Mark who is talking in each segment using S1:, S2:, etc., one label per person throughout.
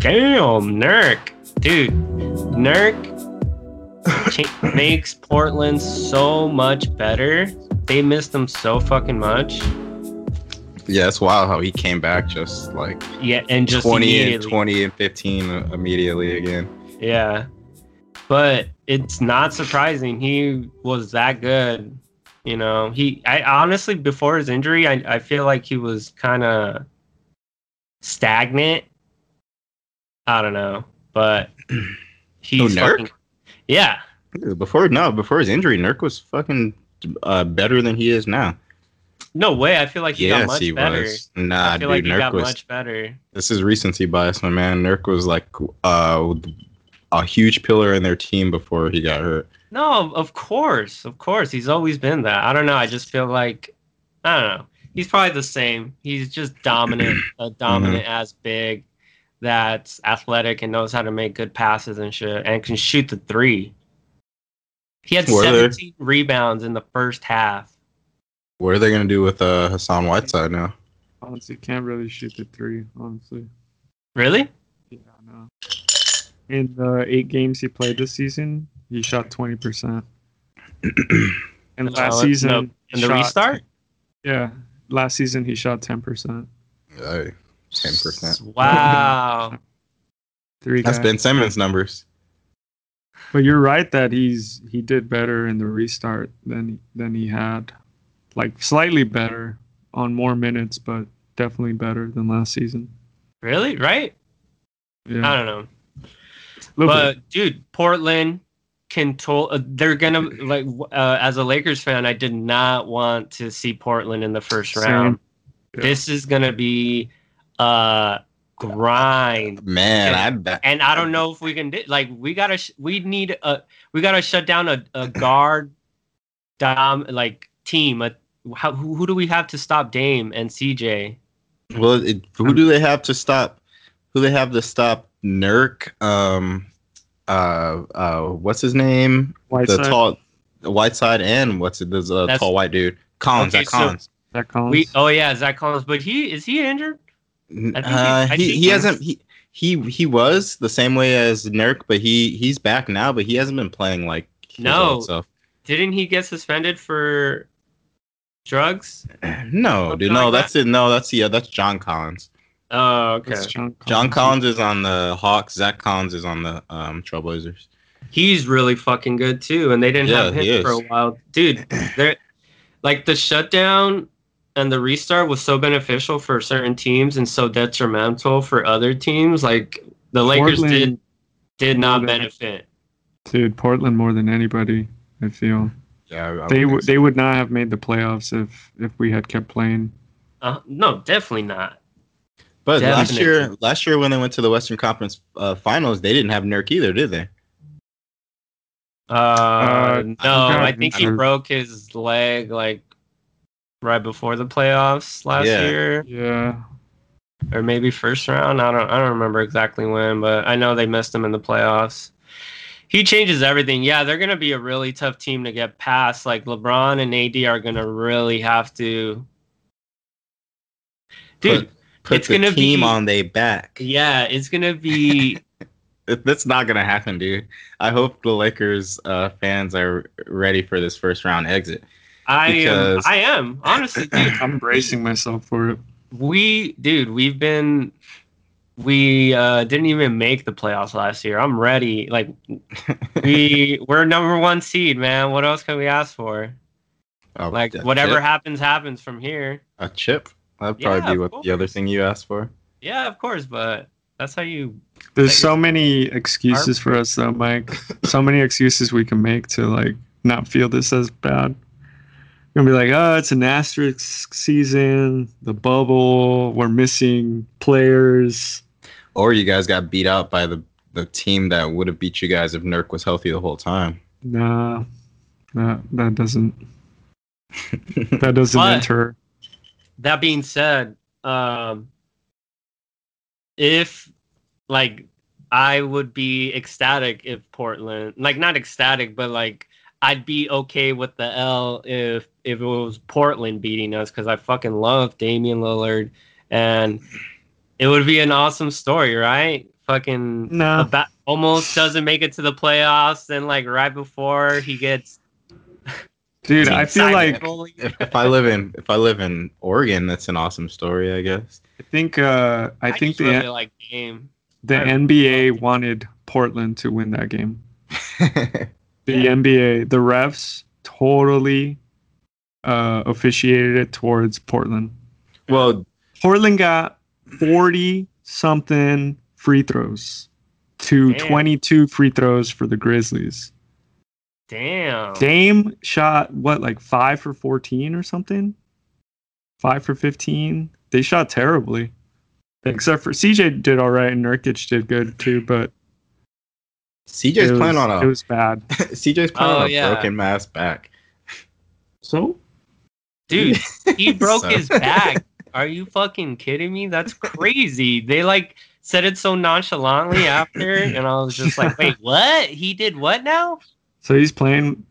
S1: Damn, Nurk. Dude, Nurk cha- makes Portland so much better. They missed him so fucking much.
S2: Yeah, it's wild how he came back just like
S1: Yeah, and just
S2: 20 and
S1: immediately-
S2: 20 and 15 immediately again.
S1: Yeah. But it's not surprising he was that good. You know, he I honestly before his injury, I, I feel like he was kind of stagnant. I don't know, but he's
S2: Who, Nurk?
S1: fucking, Yeah.
S2: Before no, before his injury, Nurk was fucking uh, better than he is now.
S1: No way. I feel like he got
S2: yes,
S1: much
S2: he
S1: better.
S2: was.
S1: I
S2: Nah,
S1: feel
S2: dude,
S1: like he
S2: Nurk
S1: got
S2: was.
S1: much better.
S2: This is recency bias, my man. Nurk was like uh, a huge pillar in their team before he got hurt.
S1: No, of course, of course. He's always been that. I don't know. I just feel like I don't know. He's probably the same. He's just dominant, a
S2: Mm-hmm.
S1: dominant as big that's athletic and knows how to make good passes and shit and can shoot the three. He had
S2: Were there-
S1: 17 rebounds in the first half.
S2: What are they gonna do with uh, Hassan Whiteside now?
S3: Honestly, can't really shoot the three. Honestly,
S1: Really?
S3: yeah, no. In the eight games he played this season, he shot twenty percent. And last
S1: No,
S3: season,
S1: no.
S3: he
S1: In the
S3: shot-
S1: restart?
S3: yeah, last season he shot ten percent.
S2: Hey, 10%.
S1: Wow.
S3: Three.
S2: That's
S3: guys.
S2: Ben Simmons' numbers.
S3: But you're right that he's he did better in the restart than than he had, like slightly better on more minutes, but definitely better than last season.
S1: really? Right? I
S2: Mm.
S3: Yeah,
S1: don't know.
S3: little
S1: Uh, but dude, Portland control. Uh, they're gonna like. w- Uh, as a Lakers fan, I did not want to see Portland in the first
S3: Same.
S1: round.
S3: Yeah.
S1: This is gonna be a grind,
S2: Man,
S1: Yeah.
S2: I bet.
S1: and I don't know if we can. di- Like, we gotta. Sh- we need a. We gotta shut down a, a guard, dom like team. A, how, who, who do we have to stop Dame and CJ?
S2: Well, it,
S1: Um,
S2: who do they have to stop? Who they have to stop? Nurk. Um. Uh. Uh. What's his name?
S3: white
S2: the tall, the Whiteside, and what's it? There's a
S1: That's-
S2: tall white dude. Collins.
S1: Okay,
S2: Zach
S1: so-
S2: Collins.
S3: that counts.
S1: We oh yeah, Zach Collins, but he is he injured? I think he-
S2: Uh,
S1: I
S2: he
S1: think
S2: he
S1: he-
S2: hasn't he. He, he was the same way as Nurk, but he, he's back now, but he hasn't been playing like his
S1: No.
S2: old self.
S1: Didn't he get suspended for drugs?
S2: No,
S1: Something
S2: dude, no,
S1: like
S2: that's it. No, that's yeah, that's John Collins.
S1: Oh, okay.
S3: That's John Collins.
S2: John Collins is on the Hawks. Zach Collins is on the um, Trailblazers.
S1: He's really fucking good too, and they didn't
S2: Yeah,
S1: have
S2: he
S1: him
S2: is.
S1: for a while, dude. They're like the shutdown and the restart was so beneficial for certain teams and so detrimental for other teams. Like the Lakers
S3: Portland,
S1: did did not
S3: Portland.
S1: benefit.
S3: dude, Portland more than anybody. I feel
S2: Yeah, I- I
S3: they
S2: would
S3: would
S2: think
S3: they would not have made the playoffs if if we had kept playing.
S1: Uh, no, definitely not.
S2: so. But last
S1: Definitely.
S2: year, last year when they went to the Western Conference uh, Finals, they didn't have Nurk either, did they?
S1: Uh,
S3: Uh,
S1: no,
S3: I'm
S1: I think he
S3: sure.
S1: broke his leg like right before the playoffs last
S2: Yeah.
S1: year.
S3: Yeah,
S1: or maybe first round. I don't I don't remember exactly when, but I know they missed him in the playoffs. He changes everything. Yeah, they're gonna be a really tough team to get past. Like LeBron and AD are gonna really have to. Dude,
S2: Put
S1: It's
S2: the
S1: gonna
S2: team
S1: be-
S2: on their back.
S1: yeah, it's gonna be
S2: That- That's not gonna happen, dude. I hope the Lakers uh, fans are ready for this first round exit.
S1: I am
S2: Because-
S1: I am. Honestly, dude.
S3: I'm bracing myself for it.
S1: We dude, we've been we uh didn't even make the playoffs last year. I'm ready. Like we we're number one seed, man. What else can we ask for?
S2: Oh,
S1: Like
S2: a
S1: whatever
S2: chip?
S1: happens, happens from here.
S2: a chip. That'd
S1: Yeah,
S2: probably be
S1: of
S2: what the other
S1: course.
S2: thing you asked for.
S1: Yeah, of course, but that's how you.
S3: There's
S1: That
S3: so many excuses for us though, Mike. so many excuses we can make to like not feel this as bad. You're gonna be like, oh, it's an asterisk season, the bubble, we're missing players.
S2: Or you guys got beat out by the the team that would have beat you guys if Nurk was healthy the whole time.
S3: Nah, that that doesn't that doesn't
S1: But-
S3: enter.
S1: That being said, um, if like I would be ecstatic if Portland, like not ecstatic, but like I'd be okay with the L if if it was Portland beating us because I fucking love Damian Lillard and it would be an awesome story, right? fucking
S3: No.
S1: about, almost doesn't make it to the playoffs. Then like right before he gets,
S3: Dude, I feel like
S1: sidelined.
S2: If, if I live in if I live in Oregon, that's an awesome story, I guess.
S3: I think uh I think
S1: just really
S3: the
S1: like game.
S3: the
S1: I-
S3: NBA wanted Portland to win that game. The NBA, the refs totally uh officiated it towards Portland.
S2: well,
S3: Portland got 40 something free throws to
S1: Damn.
S3: 22 free throws for the Grizzlies.
S1: Damn.
S3: Dame shot what like 5 for 14 or something? 5 for 15. They shot terribly. Except for CJ did all right and Nurkic did good too, but
S2: CJ's
S3: it, was,
S2: playing on
S3: it
S2: a
S3: was bad.
S2: CJ's playing
S1: Oh,
S2: on a
S1: yeah.
S2: broken ass back.
S3: So
S1: Dude, he broke
S2: So-
S1: his back. Are you fucking kidding me? That's crazy. they like said it so nonchalantly after, and I was just like, wait, what? He did what now?
S3: so he's playing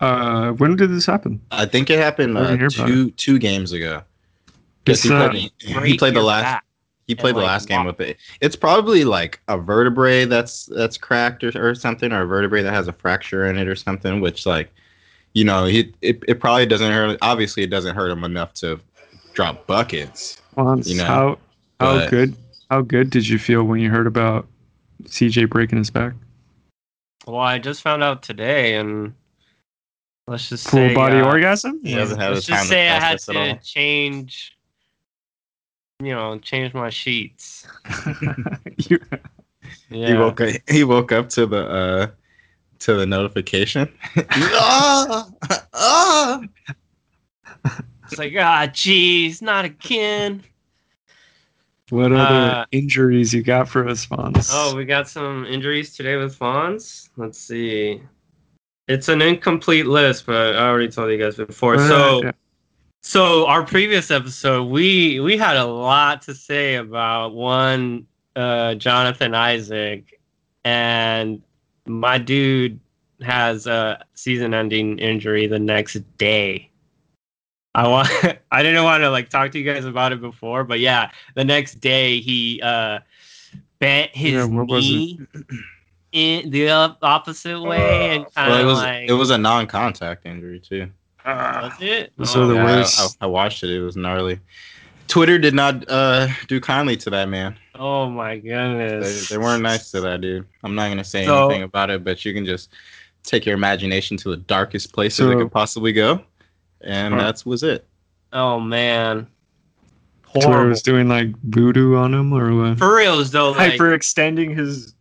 S3: uh when did this happen?
S2: I think it happened
S3: I didn't
S2: uh,
S3: hear about
S2: two two games ago. 'Cause
S3: It's,
S2: he
S3: uh,
S2: played, he
S1: Break
S2: played the
S1: your
S2: last
S1: back.
S2: he played the
S1: like,
S2: last game
S1: walk-
S2: with it. It's probably like a vertebrae that's that's cracked or, or something, or a vertebrae that has a fracture in it or something. Which like, you know, he it, it probably doesn't hurt. Obviously, it doesn't hurt him enough to drop buckets.
S3: Lance,
S2: you know,
S3: how how
S2: but-
S3: good how good did you feel when you heard about CJ breaking his back?
S1: Well, I just found out today, and let's just
S3: Full
S1: say,
S3: body
S1: uh,
S3: orgasm?
S2: He doesn't have
S1: Let's
S2: the time
S1: just
S2: to
S1: say I had
S2: process it
S1: to
S2: all.
S1: change, you know, change my sheets.
S3: You-
S1: Yeah.
S2: He woke up, he woke up to the uh to the notification. ah, ah.
S1: It's like, ah, jeez, not again.
S3: what other
S1: Uh,
S3: injuries you got for us, Fons?
S1: Oh, we got some injuries today with Fawns. Let's see. It's an incomplete list, but I already told you guys before.
S3: Uh,
S1: So,
S3: yeah.
S1: so our previous episode, we we had a lot to say about one uh, Jonathan Isaac, and my dude has a season-ending injury the next day. I want. I didn't want to like talk to you guys about it before, but yeah, the next day he uh bent his
S3: Yeah, what was it?
S1: knee in the op- opposite way and kind
S2: Well,
S1: of
S2: it was
S1: like
S2: it was a non-contact injury too.
S1: was it?
S3: So
S1: Oh.
S3: the
S2: Yeah, I-
S3: worst.
S2: I, I watched it. It was gnarly. Twitter did not uh, do kindly to that man.
S1: Oh my
S2: They,
S1: goodness.
S2: they weren't nice to that dude. I'm not gonna say
S1: So-
S2: anything about it, but you can just take your imagination to the darkest places it
S3: So-
S2: could possibly go, and
S3: Huh.
S2: that's was it.
S1: Oh man.
S3: Twitter
S1: Horrible.
S3: was doing like voodoo on him or what?
S1: For reals though, like,
S3: Hyperextending his.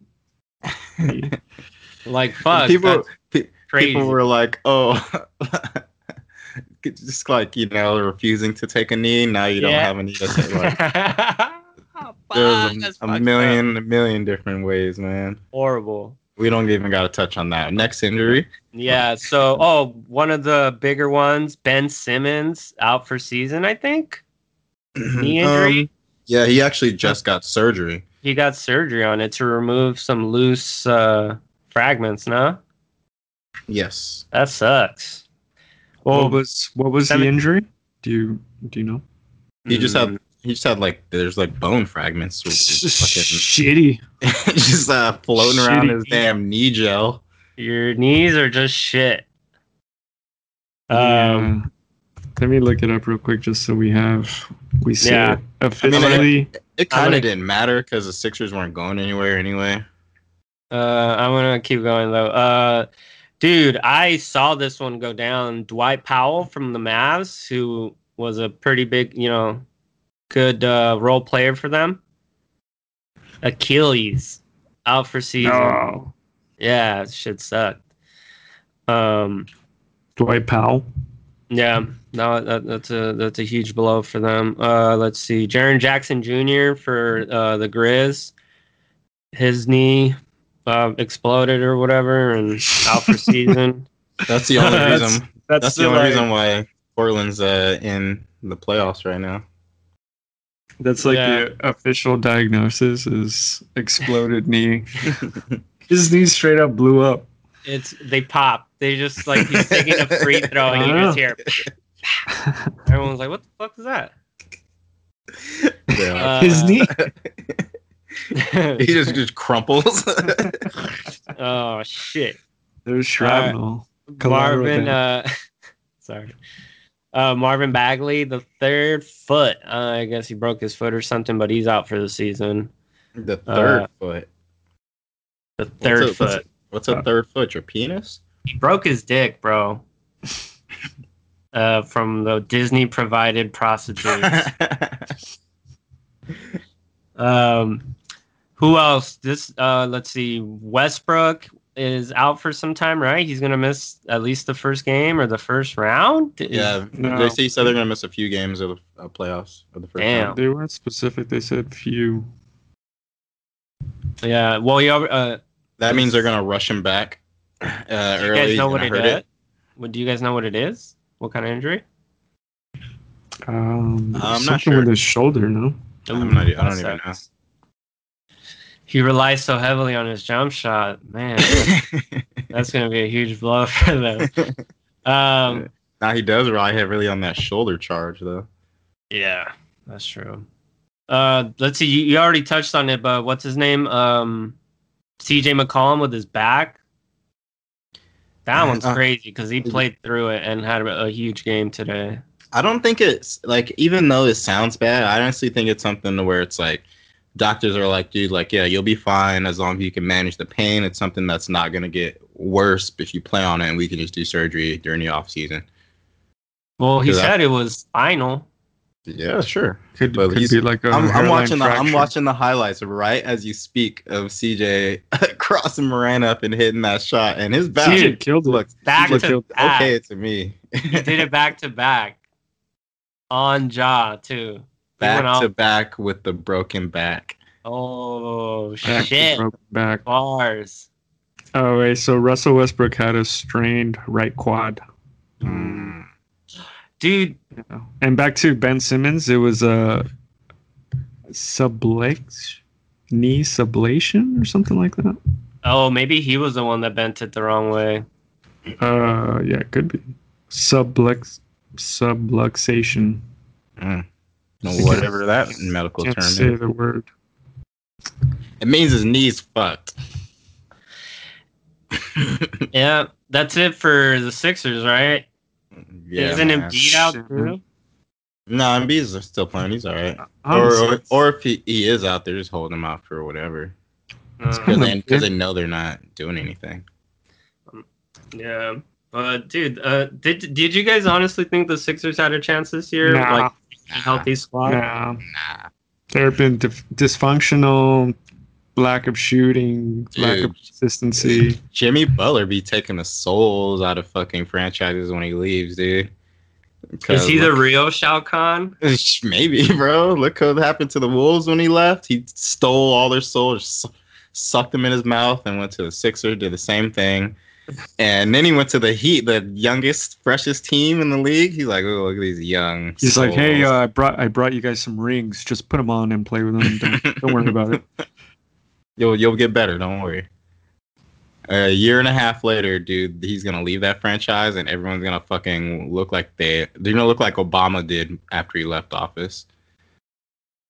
S1: like fuck.
S2: people,
S1: that's
S2: pe-
S1: crazy.
S2: people were like, "Oh, just like you know, refusing to take a knee. Now you don't
S1: Yeah.
S2: have a knee." To take. Like,
S1: Oh, fuck,
S2: there's
S1: that's
S2: a,
S1: fucked
S2: a
S1: up.
S2: million, a million different ways, man.
S1: horrible.
S2: We don't even got to touch on that. Next injury.
S1: Yeah. So, oh, one of the bigger ones, Ben Simmons, out for season. I think knee injury.
S2: Um, yeah, he actually just got surgery.
S1: he got surgery on it to remove some loose uh, fragments. No,
S2: Yes.
S1: that sucks.
S2: Oh,
S3: what was what was the
S1: Seven-
S3: injury? Do you do you know?
S2: He just
S1: mm,
S2: had he just had like there's like bone fragments just
S3: Shitty.
S2: fucking, just uh, floating around
S3: Shitty
S2: his damn knee gel.
S1: your knees are just shit. Um,
S3: Yeah. Let me look it up real quick just so we have we see
S1: Yeah.
S3: it officially.
S2: It
S1: I'm
S2: kind
S1: gonna-
S2: of didn't matter because the Sixers weren't going anywhere anyway.
S1: uh, I'm gonna keep going though. Uh, dude, I saw this one go down. Dwight Powell from the Mavs, who was a pretty big, you know, good uh, role player for them. Achilles out for season.
S3: No.
S1: Yeah, shit sucked. Um,
S3: Dwight Powell.
S1: Yeah, no, that, that's a that's a huge blow for them. Uh, let's see, Jaron Jackson Jr. for uh, the Grizz, his knee uh, exploded or whatever, and out for season.
S2: That's the only
S3: That's-
S2: reason. That's the only reason why Portland's uh, in the playoffs right now.
S3: That's like
S1: Yeah.
S3: the official diagnosis is exploded knee. His knee straight up blew up.
S1: It's they pop. They just like he's taking a free throw and you just hear. Everyone's like, "What the fuck is that?"
S2: Yeah.
S1: Uh,
S3: His knee.
S2: he just just crumples.
S1: oh shit.
S3: There's shrapnel. Collateral
S1: uh, Marvin,
S3: damage.
S1: uh, sorry, uh, Marvin Bagley, the third foot. Uh, I guess he broke his foot or something, but he's out for the season.
S2: the third
S1: Uh,
S2: foot.
S1: The third
S2: a-
S1: foot.
S2: What's a third foot? Your penis?
S1: He broke his dick, bro. Uh, from the Disney provided prostitutes. um, who else? This uh, let's see. Westbrook is out for some time, right? He's gonna miss at least the first game or the first round. Is-
S2: yeah,
S3: No.
S2: they say so they're gonna miss a few games of the uh, playoffs of the first.
S1: Damn.
S2: round.
S3: They weren't specific. They said few.
S1: yeah. Well, you, al- uh,
S2: That means they're gonna rush him back uh,
S1: you
S2: early.
S1: guys know
S2: and
S1: what
S2: I
S1: it
S2: heard
S1: is. What do you guys know what it is? What kind of injury?
S3: Um,
S2: not
S3: something
S2: sure.
S3: with his shoulder, no?
S2: I'm not- I don't
S1: that
S2: even know.
S1: sucks. He relies so heavily on his jump shot, man. That's gonna be a huge blow for them. Um,
S2: now he does rely heavily on that shoulder charge though.
S1: yeah, that's true. Uh, let's see. You, you already touched on it, but what's his name? Um, C.J. McCollum with his back. That
S2: Uh,
S1: one's
S2: uh,
S1: crazy because he played through it and had a, a huge game today.
S2: I don't think it's like even though it sounds bad, I honestly think it's something to where it's like doctors are like, dude, like yeah, you'll be fine as long as you can manage the pain. It's something that's not gonna get worse if you play on it, and we can just do surgery during the off season.
S1: Well, he
S2: Yeah.
S1: said it was spinal.
S2: Yeah, sure.
S3: Could,
S2: Well,
S3: could
S2: he's-
S3: be like a
S2: I'm, I'm
S3: hairline
S2: watching the I'm
S3: fracture.
S2: watching the highlights right as you speak of CJ crossing Moran up and hitting that shot, and his back
S3: CJ killed it.
S2: looks
S1: Back
S3: Look,
S1: to
S3: he'll-
S1: back.
S2: okay to me.
S1: ah. He did it back to back on jaw too. He went
S2: back
S1: off.
S2: to back with the broken back.
S1: Oh
S3: Back to
S1: shit!
S3: broken back.
S1: Bars.
S3: Oh wait, so Russell Westbrook had a strained right quad.
S1: Mm. Dude,
S3: And back to Ben Simmons, it was a sublation, knee sublation or something like that.
S1: oh maybe he was the one that bent it the wrong way.
S3: Uh, yeah, it could be sublux subluxation.
S2: No,
S3: Because-
S2: Mm. whatever that medical
S3: Can't
S2: term
S3: say
S2: is.
S3: the word.
S2: It means his knees fucked.
S1: Yeah, that's it for the Sixers, right?
S2: yeah,
S1: Isn't
S2: man.
S1: Embiid out
S3: Shit.
S1: too?
S2: No, Embiid's still playing. He's all right.
S3: I'm
S2: or, or
S3: s-
S2: or if he, he is out, they're just holding him out for whatever
S1: Uh,
S2: because
S3: Come on,
S2: they, 'cause
S3: dude.
S2: they know they're not doing anything.
S1: yeah, but dude, uh, did did you guys honestly think the Sixers had a chance this year?
S3: Nah.
S1: Like a healthy squad.
S3: nah.
S2: Nah,
S3: There have been dif- dysfunctional, lack of shooting, lack
S2: Dude.
S3: of consistency.
S2: Jimmy Butler be taking the souls out of fucking franchises when he leaves, dude.
S1: Is he
S2: look-
S1: the real Shao Kahn?
S2: Maybe, bro. Look what happened to the Wolves when he left. He stole all their souls, s- sucked them in his mouth, and went to the Sixers, did the same thing. And then he went to the Heat, the youngest, freshest team in the league. He's like, oh, look at these young.
S3: He's like, hey,
S2: souls."
S3: uh, I brought I brought you guys some rings. Just put them on and play with them. Don't, don't worry about it.
S2: you'll you'll get better. Don't worry. A year and a half later, dude, he's gonna leave that franchise, and everyone's gonna fucking look like they they're gonna look like Obama did after he left office.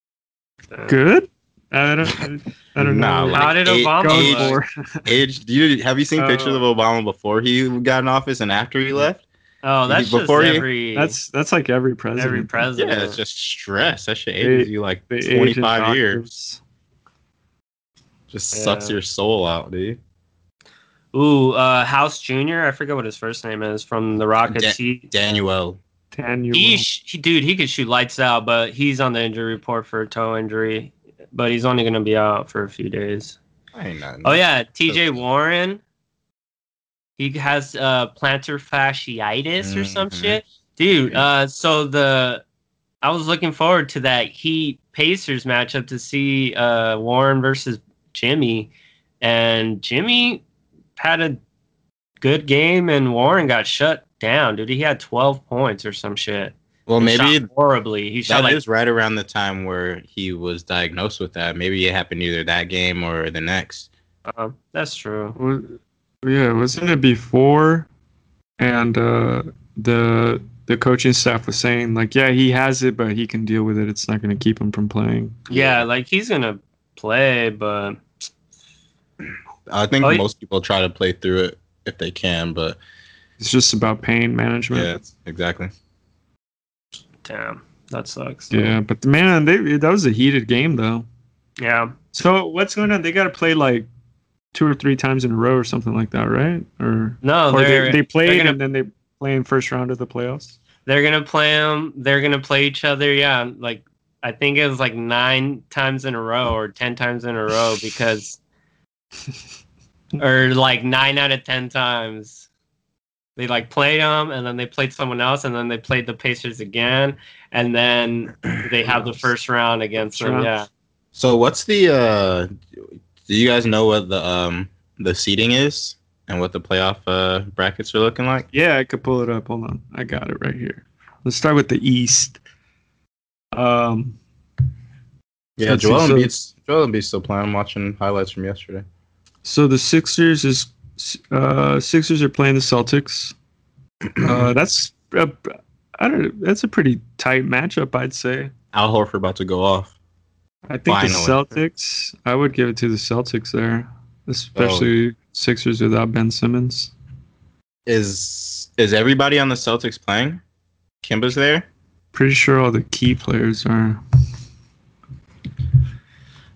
S3: Good. I don't. I don't
S2: Nah,
S3: know.
S2: like,
S1: How did
S2: eight-
S1: Obama
S2: age-
S1: look?
S3: Going for.
S2: Age, you have you seen
S3: Uh,
S2: pictures of Obama before he got in office and after he left?
S1: Oh, that's just
S2: Before he-
S1: every
S3: That's that's like every president.
S1: every president.
S2: Yeah, it's just stress. That shit
S3: They-
S2: ages you like
S3: They age in
S2: twenty five years.
S3: octaves.
S2: Just sucks
S1: Yeah.
S2: your soul out, dude.
S1: Ooh, uh, House Junior. I forget what his first name is from the Rockets.
S2: Da-
S1: he,
S2: Daniel,
S3: Ten years.
S1: he, sh- he, dude, he could shoot lights out, but he's on the injury report for a toe injury. But he's only gonna be out for a few days.
S2: I ain't nothing.
S1: Oh yeah, T.J. Warren. He has uh, plantar fasciitis or some
S2: Mhm.
S1: shit, dude. Uh, so the I was looking forward to that Heat Pacers matchup to see uh, Warren versus Jimmy, and Jimmy had a good game, and Warren got shut down, dude. He had twelve points or some shit.
S2: Well,
S1: He shot
S2: maybe
S1: horribly. He
S2: That
S1: shot
S2: is
S1: like
S2: right around the time where he was diagnosed with that. Maybe it happened either that game or the next.
S1: um, that's true.
S3: Wa- yeah, wasn't it before? And uh, the the coaching staff was saying like, yeah, he has it, but he can deal with it. It's not going to keep him from playing.
S1: Yeah, like he's gonna play, but
S2: I think
S1: Oh, yeah.
S2: most people try to play through it if they can, but
S3: It's just about pain
S2: yeah,
S3: management.
S2: exactly.
S1: damn, that sucks.
S3: Yeah, but man, they, that was a heated game though.
S1: Yeah.
S3: So what's going on? They got to play like two or three times in a row or something like that, right? Or,
S1: No,
S3: or
S1: Oh, they're
S3: they, they played
S1: gonna-
S3: and then they play in first round of the playoffs.
S1: They're gonna play them. They're gonna play each other. Yeah, like I think it was like nine times in a row or ten times in a row because, or like nine out of ten times, they like played them and then they played someone else and then they played the Pacers again and then they have the first round against them. Yeah,
S2: So what's the uh do you guys know what the um the seating is and what the playoff uh brackets are looking like?
S3: Yeah, I could pull it up. Hold on, I got it right here. Let's start with the East. Um,
S2: Yeah,
S3: Let's see,
S2: Joel
S3: so-
S2: Embiid's Joel Embiid's still playing. I'm watching highlights from yesterday.
S3: so the Sixers is uh, Sixers are playing the Celtics. Uh, that's I I don't. That's a pretty tight matchup, I'd say.
S2: Al Horford about to go off.
S3: I think
S2: Finally.
S3: the Celtics. I would give it to the Celtics there,
S1: Oh.
S3: especially Sixers without Ben Simmons.
S2: Is is everybody on the Celtics playing? Kimba's there.
S3: Pretty sure all the key players are.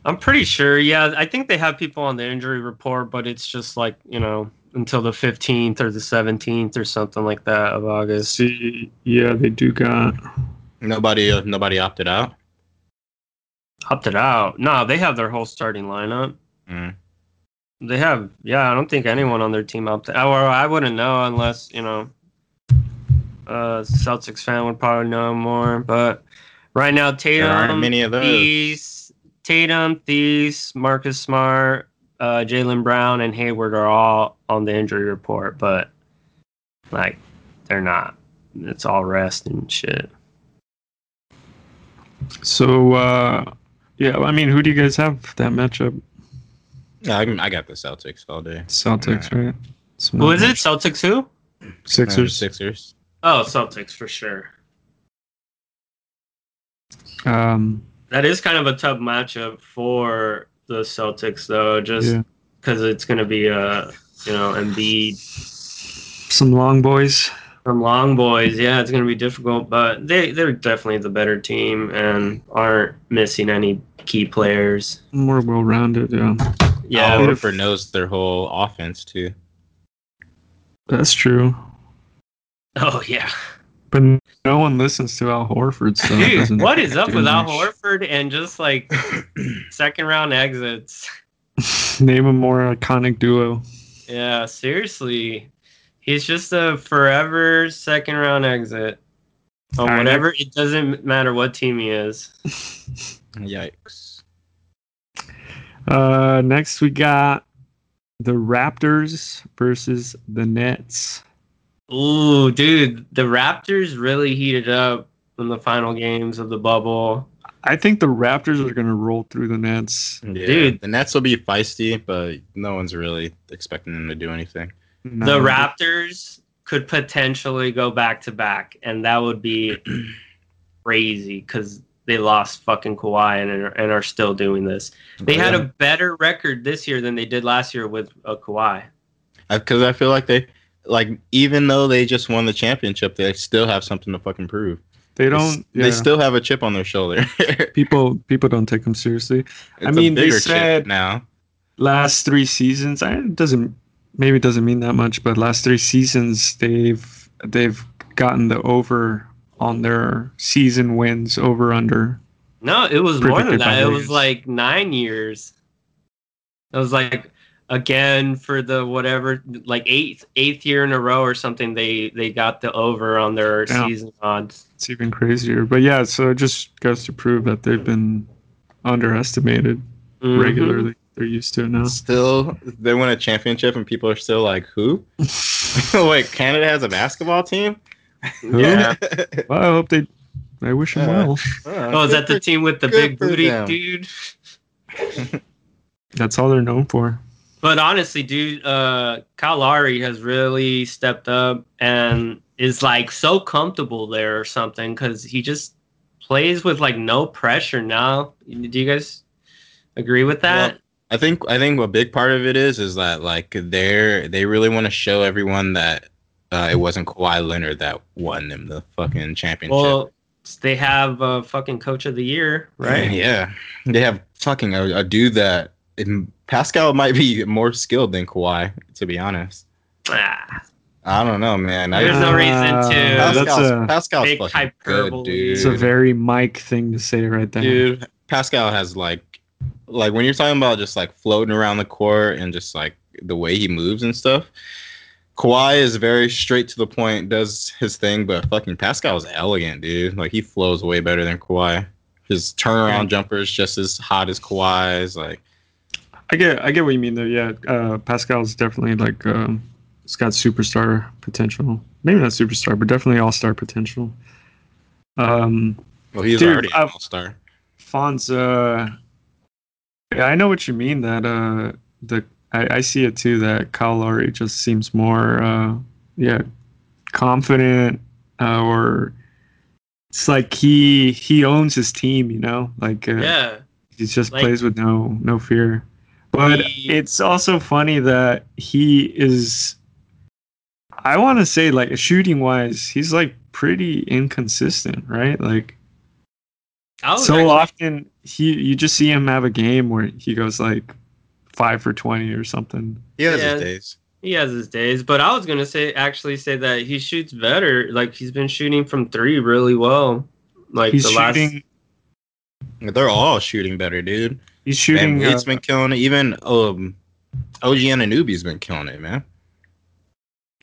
S1: I'm pretty sure. Yeah, I think they have people on the injury report, but it's just like you know until the 15th or the 17th or something like that of August.
S3: See, yeah, they do got.
S2: Nobody uh, nobody opted out.
S1: opted out. No, they have their whole starting lineup.
S2: Mm.
S1: They have, yeah. I don't think anyone on their team opted. Or I wouldn't know unless you know. Uh, Celtics fan would probably know more, but right now
S2: There aren't
S1: Tatum,
S2: many of those.
S1: Thies, Tatum, Thies, Marcus Smart, uh, Jalen Brown, and Hayward are all on the injury report, but like they're not. It's all rest and shit.
S3: So, uh, yeah, I mean, who do you guys have for that matchup?
S2: Yeah, I, I got the Celtics all day.
S3: Celtics, right? It's
S1: Who
S3: not
S1: is it?
S3: much.
S1: Celtics who?
S2: Uh,
S3: Sixers.
S2: Sixers.
S1: Oh, Celtics for sure.
S3: Um,
S1: That is kind of a tough matchup for the Celtics, though, just
S3: yeah,
S1: because it's going to be a you know Embiid
S3: some long boys.
S1: from Long Boys. Yeah, it's going to be difficult, but they they're definitely the better team and aren't missing any key players.
S3: More well-rounded. Yeah,
S1: Yeah,
S3: Oh.
S1: Oh,
S2: Al Horford knows their whole offense too.
S3: that's true.
S1: oh yeah,
S3: But no one listens to Al Horford. So it doesn't
S1: dude, what is up
S3: do
S1: with Al
S3: much.
S1: Horford and just like second round exits?
S3: Name a more iconic duo.
S1: Yeah, seriously, he's just a forever second round exit.
S3: All
S1: On
S3: right,
S1: whatever, it doesn't matter what team he is.
S2: Yikes.
S3: Uh, next we got the Raptors versus the Nets.
S1: Ooh, dude, the Raptors really heated up in the final games of the bubble.
S3: I think the Raptors are gonna roll through the Nets.
S2: Yeah.
S1: Dude.
S2: The Nets will be feisty, but no one's really expecting them to do anything.
S1: the
S3: No,
S1: Raptors could potentially go back to back, and that would be crazy because they lost fucking Kawhi and are, and are still doing this. They
S3: Oh,
S1: had a better record this year than they did last year with uh, Kawhi.
S2: because I feel like they like even though they just won the championship, they still have something to fucking prove.
S3: They
S2: They s-
S3: don't. Yeah,
S2: They still have a chip on their shoulder. It's
S3: people people don't take them seriously.
S2: a
S3: mean, they
S2: bigger chip
S3: said-
S2: now.
S3: Last three seasons, I it doesn't maybe it doesn't mean that much, but last three seasons they've they've gotten the over on their season wins over under.
S1: No, it was more than
S3: Predicted by
S1: that. It was
S3: Vegas.
S1: like nine years. It was like again for the whatever like eighth eighth year in a row or something they they got the over on their
S3: Yeah.
S1: season odds.
S3: It's even crazier. But yeah, so it just goes to prove that they've been underestimated
S1: Mhm.
S3: regularly. They're used to it now.
S2: Still, they won a championship, and people are still like, "Who? Wait, Canada has a basketball team?
S3: Who?
S1: Yeah.
S3: Well, I hope they. I wish them
S2: Yeah.
S3: well.
S1: Oh, is that the team with the big
S2: good for
S1: booty
S2: them.
S1: dude?
S3: That's all they're known for.
S1: But honestly, dude, uh Kyle Lowry has really stepped up and is like so comfortable there or something because he just plays with like no pressure now. Do you guys agree with that.
S2: Well, I think I think a big part of it is is that like they're they really want to show everyone that uh, it wasn't Kawhi Leonard that won them the fucking championship.
S1: Well, they have a fucking coach of the year, right?
S2: Yeah, they have fucking a, a dude that and Pascal might be more skilled than Kawhi, to be honest.
S1: Ah,
S2: I don't know, man. I,
S1: there's no reason to.
S3: Uh, that's
S2: Pascal's,
S3: a-
S2: Pascal's
S1: big
S2: fucking
S1: hyperbole.
S2: good, dude.
S3: It's a very Mike thing to say right there.
S2: dude, Pascal has like, like when you're talking about just like floating around the court and just like the way he moves and stuff. Kawhi is very straight to the point, does his thing, but fucking Pascal is elegant, dude. Like he flows way better than Kawhi. His turnaround jumper is just as hot as Kawhi's. Like,
S3: I get I get what you mean though. Yeah, uh, Pascal's definitely like um, it's got superstar potential. Maybe not superstar, but definitely all star potential. Um,
S2: well, he's
S3: Dude,
S2: already an
S3: I've-
S2: all star.
S3: Fonz, uh, yeah, I know what you mean. That uh, the I, I see it too. That Kyle Lowry just seems more, uh, yeah, confident, uh, or it's like he he owns his team. You know, like uh,
S1: yeah.
S3: he just
S1: Like-
S3: plays with no no fear. But
S1: He-
S3: it's also funny that he is. I want to say, like shooting wise, he's like pretty inconsistent, right? Like
S1: I was
S3: so
S1: Oh, actually-
S3: often he you just see him have a game where he goes like five for twenty or something.
S2: He has
S1: Yeah.
S2: his days.
S1: He has his days, but I was gonna say actually say that he shoots better. Like he's been shooting from three really well. Like
S3: he's
S1: the
S3: shooting.
S1: last
S2: They're all shooting better, dude.
S3: he's
S2: Man,
S3: shooting.
S2: Wade's
S3: uh,
S2: been killing it. Even um, OG Anunoby's been killing it, man.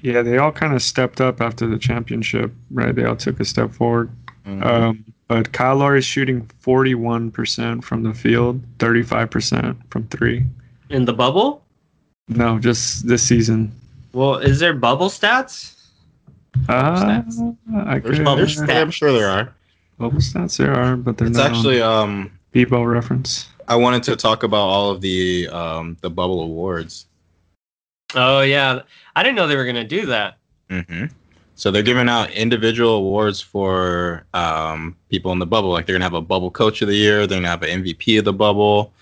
S3: yeah, they all kind of stepped up after the championship, right? They all took a step forward. Um, but Kyle Lowry is shooting forty-one percent from the field, thirty-five percent from three.
S1: in the bubble.
S3: No, just this season.
S1: Well, is there bubble stats?
S3: Uh, I
S2: there's
S3: could-
S2: bubble
S1: there's
S2: stats.
S1: stats.
S2: I'm sure there are.
S3: bubble stats there are, but they're
S2: It's
S3: not
S2: actually um,
S3: Bebo reference.
S2: I wanted to talk about all of the um the bubble awards.
S1: Oh yeah, I didn't know they were gonna do that.
S2: Mm-hmm. So they're giving out individual awards for um people in the bubble. Like they're gonna have a bubble coach of the year. They're gonna have an MVP of the bubble.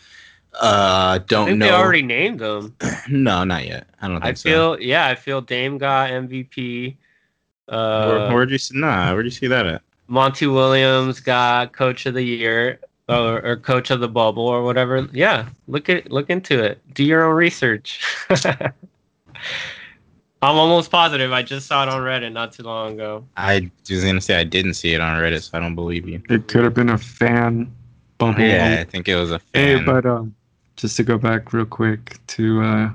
S2: Uh,
S1: I
S2: don't
S1: think
S2: know.
S1: they already named them.
S2: no, not yet. I don't think
S1: I
S2: so.
S1: feel yeah, I feel Dame got MVP. Uh,
S2: Where, where'd you see? Nah, where'd you see that at?
S1: Monty Williams got Coach of the Year or, or Coach of the Bubble or whatever. Yeah, look at look into it. Do your own research. I'm almost positive. I just saw it on Reddit not too long ago.
S2: I was gonna say I didn't see it on Reddit, so I don't believe you.
S3: It could have been a fan
S1: Oh,
S3: bubble.
S2: Yeah, I think it was a
S3: Hey,
S2: fan.
S3: but um, just to go back real quick to uh,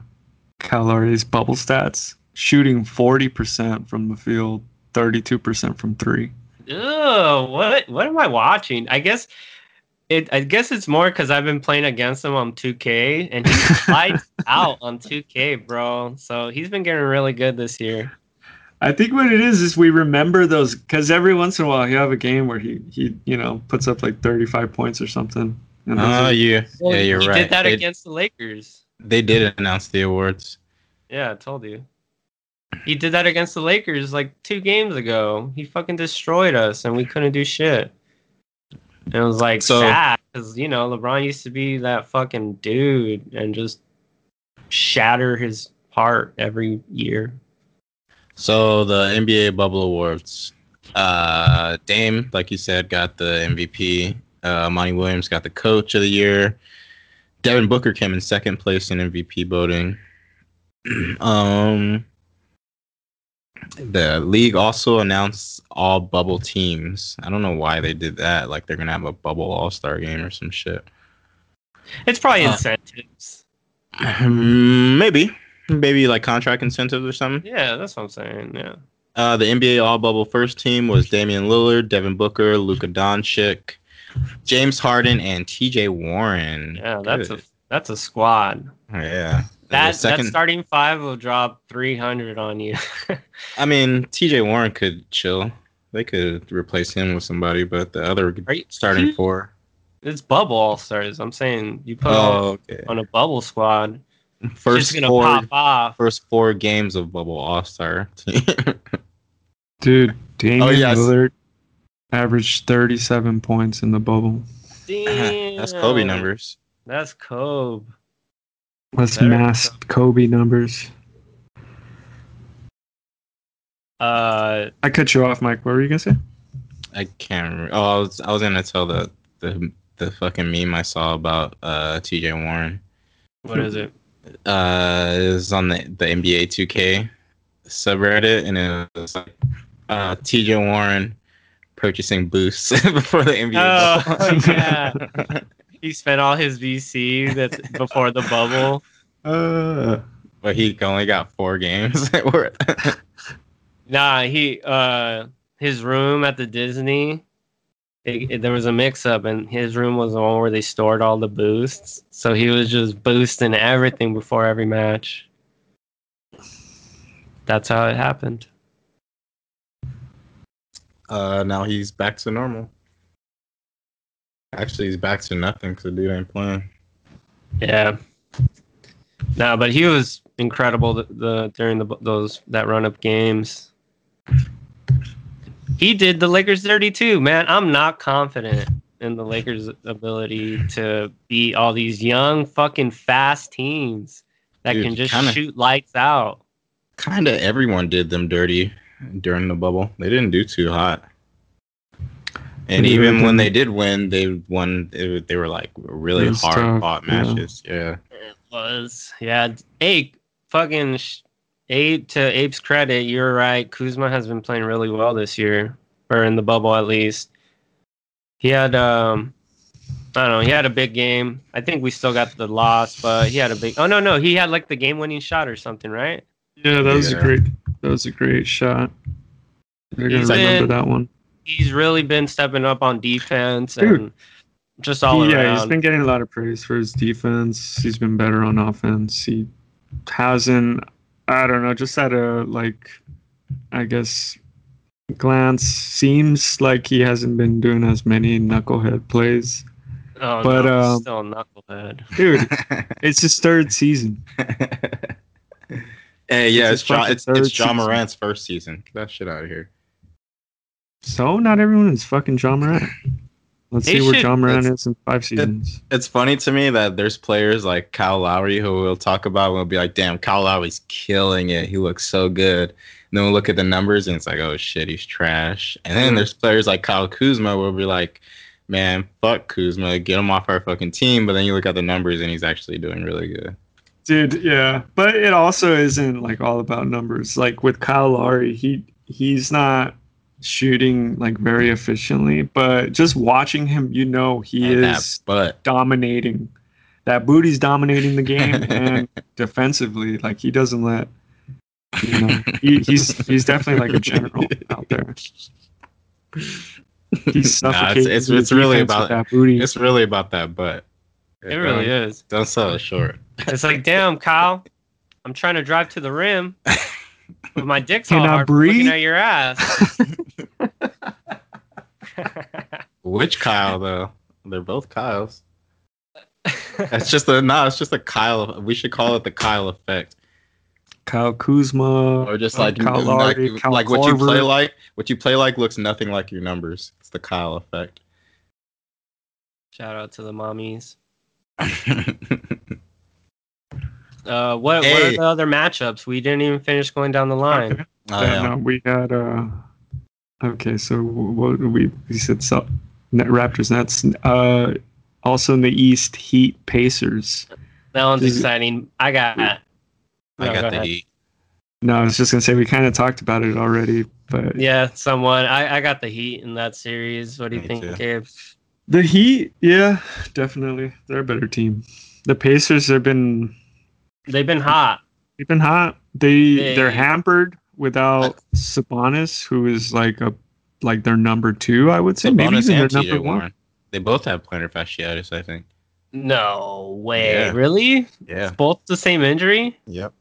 S3: Kyle Lowry's bubble stats, shooting forty percent from the field, thirty-two percent from three.
S1: Oh, what what am I watching? I guess it. I guess it's more because I've been playing against him on 2K and he's lights out on 2K, bro. So he's been getting really good this year.
S3: I think what it is is we remember those because every once in a while you have a game where he he you know puts up like thirty-five points or something. And those
S2: Oh
S3: are-
S2: yeah, yeah, you're
S1: he
S2: right.
S1: Did that
S2: they,
S1: against the Lakers.
S2: they did announce the awards.
S1: Yeah, I told you. He did that against the Lakers like two games ago. He fucking destroyed us, and we couldn't do shit. And it was like
S2: So-
S1: sad because you know LeBron used to be that fucking dude and just shatter his heart every year.
S2: So the NBA Bubble Awards. Uh, Dame, like you said, got the MVP. Uh, Monty Williams got the Coach of the Year. Devin Booker came in second place in MVP voting. um, the league also announced all bubble teams. I don't know why they did that. Like they're gonna have a bubble All Star game or some shit.
S1: It's probably
S2: Huh.
S1: incentives.
S2: Maybe, maybe like contract incentives or something.
S1: Yeah, that's what I'm saying. Yeah.
S2: Uh, the NBA All Bubble first team was Damian Lillard, Devin Booker, Luka Doncic, James Harden, and T.J. Warren.
S1: Yeah, that's
S2: Good.
S1: a that's a squad.
S2: yeah.
S1: That
S2: The second,
S1: that starting five will drop three hundred on you.
S2: I mean, T.J. Warren could chill. They could replace him with somebody, but the other
S1: Are you-
S2: starting
S1: you-
S2: four.
S1: it's bubble all stars. I'm saying you put all
S2: Oh, okay.
S1: on a bubble squad,
S2: First
S1: she's gonna
S2: four,
S1: pop off.
S2: first four games of Bubble All Star.
S3: dude, Damian
S2: yes.
S3: Lillard averaged thirty-seven points in the bubble.
S1: Damn.
S2: that's Kobe numbers.
S1: That's Kobe.
S3: Let's
S1: Better.
S3: mask Kobe numbers.
S1: Uh,
S3: I cut you off, Mike. What were you gonna say?
S2: I can't. Remember. Oh, I was I was gonna tell the the the fucking meme I saw about uh T.J. Warren.
S1: what is it?
S2: Uh, it was on the the NBA 2K subreddit, and it was like uh T.J. Warren purchasing boosts before the NBA.
S1: Oh,
S2: bubble.
S1: yeah. He spent all his VC that before the bubble.
S3: Uh,
S2: but he only got four games worth.
S1: Nah, he uh his room at the Disney. It, it- there was a mix-up, and his room was the one where they stored all the boosts. So he was just boosting everything before every match. That's how it happened.
S2: uh, now he's back to normal. Actually, he's back to nothing because the dude ain't playing.
S1: Yeah. No, but he was incredible the, the during the those that run up games. He did the Lakers dirty too, man. I'm not confident in the Lakers' ability to beat all these young fucking fast teams that
S2: Dude,
S1: can just
S2: kinda-
S1: shoot lights out.
S2: Kind of everyone did them dirty during the bubble. They didn't do too hot. And
S3: Yeah,
S2: even
S3: they
S2: when
S3: didn't.
S2: they did win, they won. They, they were like really
S3: It was
S2: hard
S3: tough,
S2: fought
S3: yeah.
S2: matches. Yeah.
S1: It was yeah. Hey, fucking sh- Abe to Abe's credit, you're right. Kuzma has been playing really well this year, or in the bubble at least. He had um, I don't know. He had a big game. I think we still got the loss, but he had a big. Oh no, no, he had like the game-winning shot or something, right?
S3: yeah, that was
S2: Yeah.
S3: a great. That was a great shot. They're gonna
S1: He's
S3: remember
S1: been-
S3: that one.
S1: He's really been stepping up on defense
S3: Dude.
S1: and just all
S3: yeah,
S1: around.
S3: he's been getting a lot of praise for his defense. He's been better on offense. He hasn't. I don't know. Just at a like, I guess, glance, seems like he hasn't been doing as many knucklehead plays.
S1: oh,
S3: but,
S1: no,
S3: um,
S1: still a knucklehead.
S3: Dude, it's his third season.
S2: hey, yeah, it's
S3: It's his
S2: John.
S3: fucking
S2: It's, it's
S3: third
S2: John
S3: season.
S2: Morant's first season. Get that shit out of here.
S3: So not everyone is fucking John Moran. Let's
S1: They
S3: see where
S1: should-
S3: John Moran
S2: that's-
S3: is in five seasons.
S2: It's funny to me that there's players like Kyle Lowry who we'll talk about and we'll be like, damn, Kyle Lowry's killing it. He looks so good. And then we'll look at the numbers and it's like, oh shit, he's trash. And then there's players like Kyle Kuzma where we'll be like, man, fuck Kuzma, get him off our fucking team. But then you look at the numbers and he's actually doing really good.
S3: Dude, yeah, but it also isn't like all about numbers. Like with Kyle Lowry, he he's not shooting like very efficiently, but just watching him, you know, he
S2: And that
S3: is
S2: butt.
S3: dominating. That booty's dominating the game and defensively, like he doesn't let. You know, he, he's he's definitely like a general out there. He's
S2: Nah,
S3: suffocating.
S2: it's, it's,
S3: the
S2: it's really
S3: defense with
S2: about
S3: that booty.
S2: it's really about that butt.
S1: It really is.
S2: Don't sell it short.
S1: It's like, damn, Kyle, I'm trying to drive to the rim, but my dick's all
S3: Can I
S1: hard from looking
S3: breathe?
S1: at your ass.
S2: Which Kyle though? They're both Kyles. It's just a no. It's just a Kyle. We should call it the Kyle effect,
S3: Kyle Kuzma
S2: or just like
S3: Oh, Kyle
S2: like,
S3: Lowry, Kyle
S2: like what you play
S3: Korver.
S2: like. What you play like looks nothing like your numbers. It's the Kyle effect.
S1: Shout out to the mommies.
S2: Oh,
S1: Uh, what, what are
S2: Hey.
S1: the other matchups? We didn't even finish going down the line.
S3: Okay.
S2: Oh,
S3: Yeah,
S2: yeah.
S3: no, we got uh okay, so w- what did we we said so net Raptors Nets uh also in the East Heat Pacers.
S1: That one's
S3: Is-
S1: exciting. I got.
S2: I
S1: No,
S2: got
S1: go
S2: the
S1: ahead.
S2: heat.
S3: No, I was just gonna say we kinda talked about it already, but
S1: Yeah, someone. I, I got the Heat in that series. What do you
S2: Me
S1: think,
S2: too.
S1: Gabe?
S3: the Heat, yeah, definitely. They're a better team. The Pacers have been
S1: They've been hot.
S3: they've been hot. They
S1: They-
S3: they're hampered without Sabonis, who is like a like their number two, I would say. Maybe
S2: Sabonis
S3: even their
S2: and T.J.
S3: number one.
S2: Warren. They both have plantar fasciitis. I think.
S1: No way.
S2: Yeah.
S1: Really?
S2: Yeah.
S1: Both the same injury?
S2: Yep.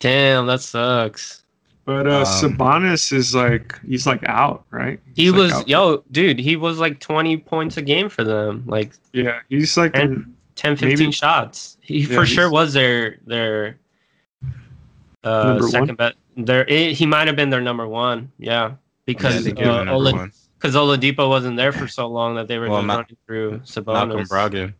S1: Damn, that sucks.
S3: But uh,
S2: Um,
S3: Sabonis is like he's like out, right?
S1: He
S3: He's, like,
S1: was
S3: out.
S1: yo, dude. He was like twenty points a game for them, like
S3: yeah, he's like
S1: And- 10, 15
S3: Maybe-
S1: shots. He
S3: Yeah,
S1: for sure
S3: he's-
S1: was their their uh,
S3: Number one?
S1: second best. Their it, he might have been their number one, yeah, because
S2: Because yeah,
S1: because
S2: they uh, number
S1: Ola,
S2: one.
S1: 'cause Oladipo wasn't there for so long that they were
S2: Well,
S1: just
S2: Ma-
S1: running through Sabonis.
S2: Malcolm Brogdon.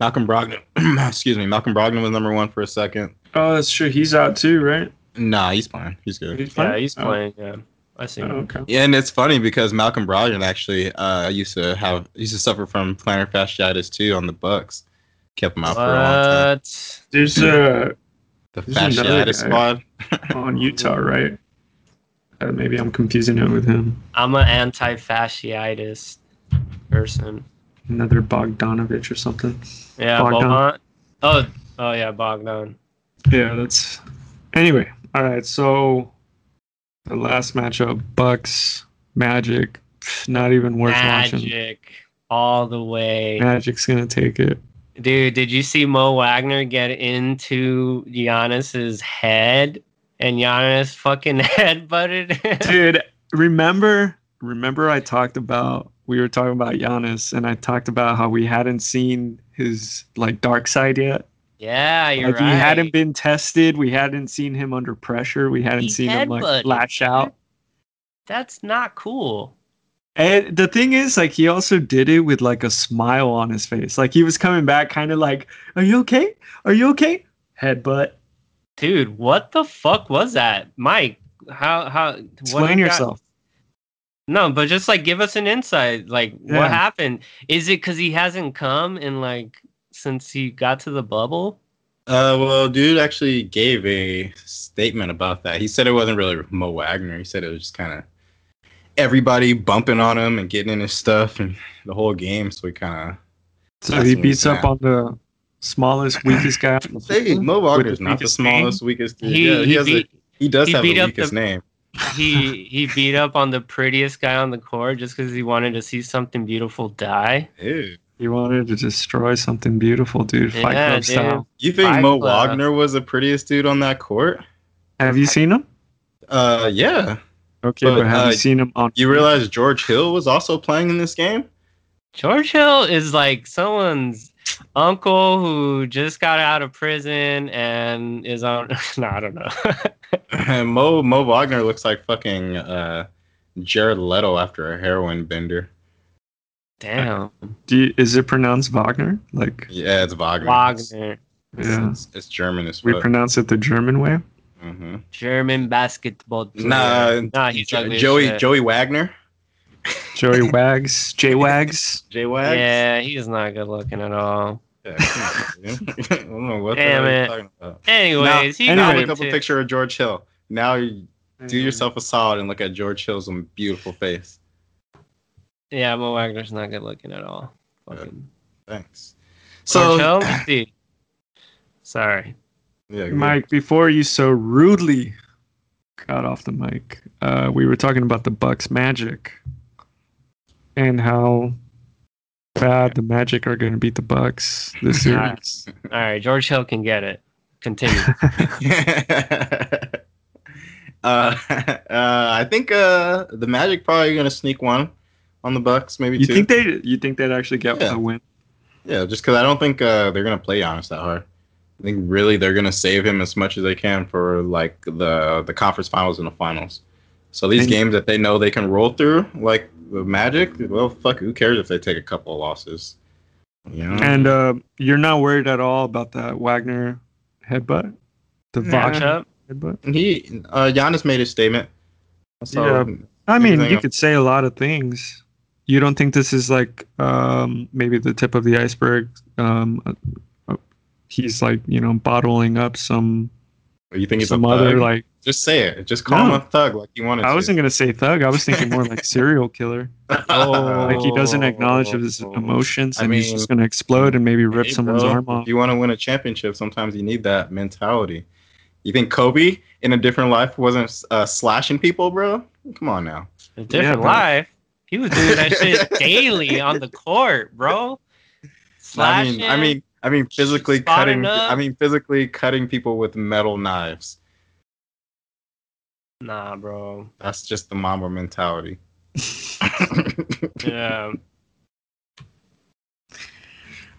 S2: Malcolm Brogdon, excuse me, Malcolm Brogdon was number one for a second.
S3: Oh, that's true. He's out too, right?
S2: Nah, he's fine. He's good.
S3: He's
S1: Yeah, he's
S3: Oh,
S1: playing. Yeah, I see.
S3: oh,
S1: him.
S3: okay.
S2: Yeah, and it's funny because Malcolm Brogdon actually uh, used to have used to suffer from plantar fasciitis too on the Bucks. Kept him out for a long time.
S1: What?
S3: There's uh
S2: The
S3: There's
S2: fasciitis
S3: another guy.
S2: squad.
S3: on Utah, right? Uh, maybe I'm confusing it with him.
S1: I'm an anti-fasciitis person.
S3: Another Bogdanovich or something.
S1: Yeah,
S3: Bogdan.
S1: Boban. Oh, oh yeah, Bogdan.
S3: Yeah, that's. Anyway, all right. So the last matchup: Bucks Magic. Pff, Not even worth watching.
S1: Magic all the way.
S3: Magic's gonna take it.
S1: Dude, did you see Mo Wagner get into Giannis's head and Giannis fucking headbutted him?
S3: Dude, remember? Remember, I talked about we were talking about Giannis, and I talked about how we hadn't seen his like dark side yet.
S1: Yeah, you're
S3: like
S1: right.
S3: he hadn't been tested. We hadn't seen him under pressure. We hadn't
S1: He
S3: seen him
S1: headbutted.
S3: like lash out.
S1: That's not cool.
S3: And the thing is, like, he also did it with like a smile on his face. Like he was coming back, kind of like, "Are you okay? Are you okay?" Headbutt.
S1: Dude, what the fuck was that? Mike, how how what
S3: Explain
S1: you got-
S3: yourself.
S1: No, but just like give us an insight. Like
S3: Yeah.
S1: what happened? Is it cuz he hasn't come in like since he got to the bubble?
S2: Uh, well, dude actually gave a statement about that. He said it wasn't really Mo Wagner. He said it was just kind of everybody bumping on him and getting in his stuff and the whole game. So he kind
S3: So
S2: That's
S3: he
S2: what
S3: beats
S2: I'm
S3: up on the smallest, weakest guy. on the
S2: of hey,
S3: floor
S2: Mo
S3: with
S2: Wagner's
S3: his
S2: not the
S3: weakest name.
S2: smallest, weakest. dude.
S1: He
S2: yeah, he,
S1: he
S2: has a-
S1: beat
S2: he does
S1: he
S2: have
S1: beat
S2: the
S1: up
S2: weakest
S1: the-
S2: name.
S1: he he beat up on the prettiest guy on the court just because he wanted to see something beautiful die.
S2: Ew.
S3: He wanted to destroy something beautiful, dude. Fight
S1: Yeah,
S3: Club
S1: dude.
S3: style.
S2: You think
S1: Five uh,
S2: Mo
S1: club.
S2: Wagner was the prettiest dude on that court?
S3: Have you seen him?
S2: Uh, yeah.
S3: Okay,
S2: But,
S3: but, have
S2: uh,
S3: you seen him on?
S2: You realize George Hill was also playing in this game?
S1: George Hill is like someone's uncle who just got out of prison and is on. no, I don't know.
S2: And Mo Mo Wagner looks like fucking uh, Jared Leto after a heroin bender.
S1: Damn,
S3: Do you, is it pronounced Wagner? Like,
S2: Yeah, it's Wagner. It's,
S1: Wagner,
S2: it's-
S3: yeah,
S2: it's, it's German as
S3: we
S2: fuck.
S3: pronounce it the German way.
S2: hmm
S1: German basketball. player.
S2: Nah,
S1: nah, he's
S2: Jo-
S1: ugly as
S2: Joey
S1: shit.
S2: Joey Wagner.
S3: Joey Wags, J Wags.
S2: J Wags.
S1: Yeah, he's not good looking at all.
S2: Yeah, come on, dude. I don't know what
S1: Damn
S2: the hell
S1: it.
S2: you're talking about.
S1: Anyways, he
S2: Now
S1: got
S3: anyway.
S2: look up a
S1: into- Mm.
S2: picture of George Hill. Now you do yourself a solid and look at George Hill's beautiful face.
S1: Yeah, Mo Wagner's not good looking at all. Fucking.
S2: Thanks.
S1: So,
S2: So
S1: let's see. Sorry.
S2: yeah,
S3: Mike, before you so rudely got off the mic, uh, we were talking about the Bucks Magic and how bad the Magic are going to beat the Bucks this year.
S1: Nice. All right, George Hill can get it. Continue.
S2: uh, uh, I think uh, the Magic probably gonna sneak one on the Bucks, maybe
S3: you
S2: two.
S3: think they? You think they'd actually get
S2: Yeah.
S3: a win?
S2: yeah, just because I don't think uh, they're gonna play Giannis that hard. I think really they're gonna save him as much as they can for like the the conference finals and the finals. So these
S3: And-
S2: games that they know they can roll through, like the Magic, well, fuck, who cares if they take a couple of losses? You know?
S3: And uh, you're not worried at all about that Wagner headbutt, the
S2: Nah.
S1: Watch
S3: Wagner
S1: up.
S3: headbutt.
S2: he uh, Giannis made his statement. So,
S3: Yeah. I mean,
S2: Anything
S3: you
S2: else?
S3: could say a lot of things. You don't think this is like um, maybe the tip of the iceberg? Um, uh, uh, he's like you know bottling up some
S2: you think he's
S3: some
S2: a
S3: other
S2: thug?
S3: like.
S2: Just say it. Just call him
S3: No.
S2: a thug like you wanted
S3: I
S2: to.
S3: wasn't gonna say thug. I was thinking more like serial killer. Like Oh, he doesn't acknowledge his emotions,
S2: Oh. I
S3: and he's
S2: mean-
S3: just gonna explode and maybe rip
S2: Hey,
S3: someone's
S2: bro,
S3: arm off.
S2: If you want to win a championship, sometimes you need that mentality. You think Kobe in a different life wasn't uh, slashing people, bro? Come on now.
S1: A different
S3: but-
S1: life. He was doing that shit daily on the court, bro. Slashing.
S2: I mean, I mean, I mean, physically
S1: Spotting
S2: cutting.
S1: up.
S2: I mean, physically cutting people with metal knives.
S1: nah, bro.
S2: That's just the mama mentality.
S1: Yeah.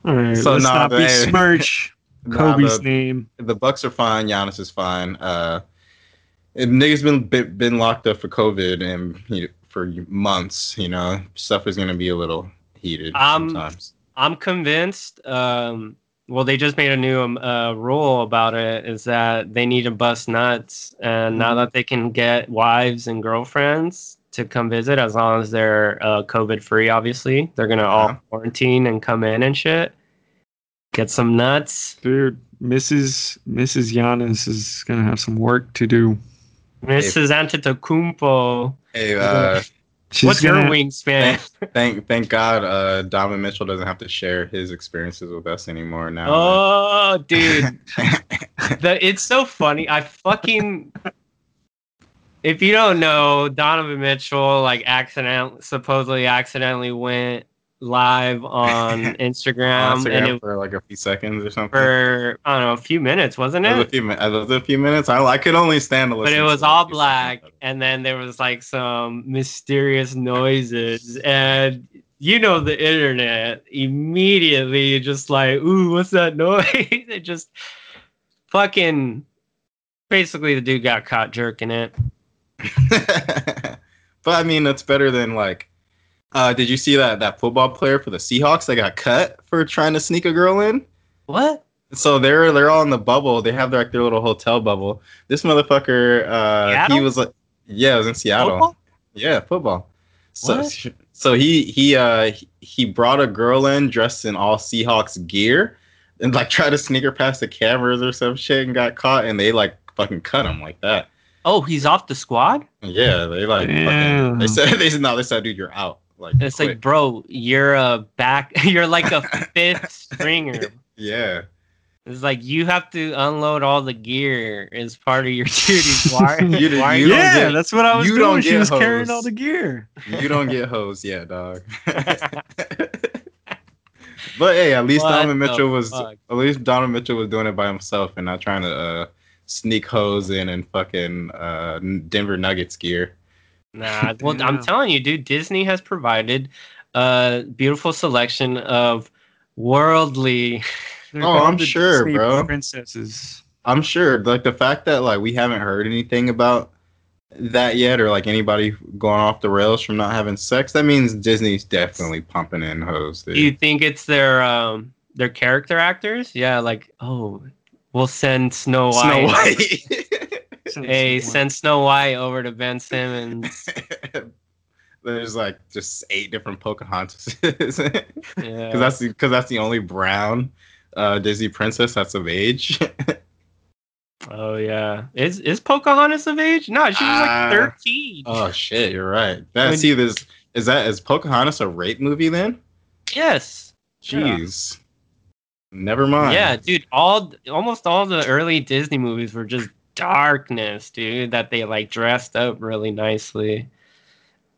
S3: All right,
S2: So
S3: let's
S2: nah,
S3: not
S2: but hey.
S3: besmirch
S2: Nah,
S3: Kobe's
S2: but-
S3: name.
S2: the Bucks are fine. Giannis is fine. Uh, and niggas been been- been locked up for COVID and you know, for months. You know, stuff is gonna be a little heated
S1: Um,
S2: sometimes.
S1: I'm convinced. Um, well, they just made a new um, uh, rule about it is that they need to bust nuts, and now that they can get wives and girlfriends to come visit, as long as they're uh, COVID free, obviously, they're gonna
S2: Yeah.
S1: all quarantine and come in and shit. Get some nuts,
S3: Dude, Mrs. Mrs. Giannis is gonna have some work to do.
S1: Mrs. Antetokounmpo.
S2: Hey, uh,
S3: She's
S1: What's your
S3: gonna,
S1: wingspan?
S2: thank thank God, uh, Donovan Mitchell doesn't have to share his experiences with us anymore now.
S1: Oh, dude, the it's so funny. I fucking if you don't know, Donovan Mitchell like accident supposedly accidentally went live on Instagram,
S2: Instagram
S1: Oh, um, and it
S2: for like a few seconds or something.
S1: for I don't know a few minutes, wasn't
S2: It was
S1: it?
S2: a few, min- it was a few minutes. I, I could only stand to
S1: But
S2: listen.
S1: it was
S2: to
S1: all
S2: few
S1: black,
S2: seconds.
S1: and then there was like some mysterious noises, and you know the internet immediately just like, ooh, what's that noise? it just fucking basically the dude got caught jerking it.
S2: but I mean, it's better than like. Uh, did you see that that football player for the Seahawks that got cut for trying to sneak a girl in?
S1: What?
S2: So they're they're all in the bubble. They have like their little hotel bubble. This motherfucker, uh, he
S1: Seattle?
S2: was like, yeah, it was in Seattle.
S1: Football?
S2: Yeah, football. So
S1: What?
S2: so he he uh he- he brought a girl in dressed in all Seahawks gear and like tried to sneak her past the cameras or some shit and got caught and they like fucking cut him like that.
S1: Oh, he's off the squad.
S2: Yeah, they like fucking,
S3: Damn.
S2: they said they said no, they said dude, you're out. Like
S1: It's like,
S2: quick.
S1: bro, you're a back. You're like a fifth stringer.
S2: yeah.
S1: It's like you have to unload all the gear as part of your duties. Why?
S2: You did-
S1: why are
S2: you
S1: you
S2: don't
S3: yeah,
S2: get-
S3: that's what I was
S2: you
S3: doing.
S2: don't
S3: she
S2: get
S3: was carrying all
S2: hosed.
S3: the gear.
S2: You don't get hosed yet, dog. but hey, at least
S1: What
S2: Donovan
S1: the
S2: Mitchell was
S1: fuck?
S2: at least Donovan Mitchell was doing it by himself and not trying to uh, sneak hose in and fucking uh, Denver Nuggets gear.
S1: Nah, well,
S3: Yeah.
S1: I'm telling you, dude, Disney has provided a beautiful selection of worldly.
S3: They're
S2: Oh,
S3: called
S2: I'm
S3: the
S2: sure,
S3: Disney
S2: bro.
S3: Princesses.
S2: I'm sure, like the fact that like we haven't heard anything about that yet, or like anybody going off the rails from not having sex, that means Disney's definitely pumping in hose. Dude.
S1: Do you think it's their um their character actors? Yeah, like oh, we'll send Snow White.
S2: Snow White.
S1: Hey, send Snow White over to Ben Simmons.
S2: There's like just eight different Pocahontas.
S1: Yeah.
S2: because that's because that's the only brown uh, Disney princess that's of age.
S1: oh yeah, is is Pocahontas of age? No, she was
S2: Ah.
S1: like thirteen.
S2: oh shit, you're right. That
S1: When-
S2: see this is that is Pocahontas a rape movie then?
S1: yes. Yeah.
S2: Jeez, never mind.
S1: Yeah, dude, all almost all the early Disney movies were just darkness, dude, that they like dressed up really nicely.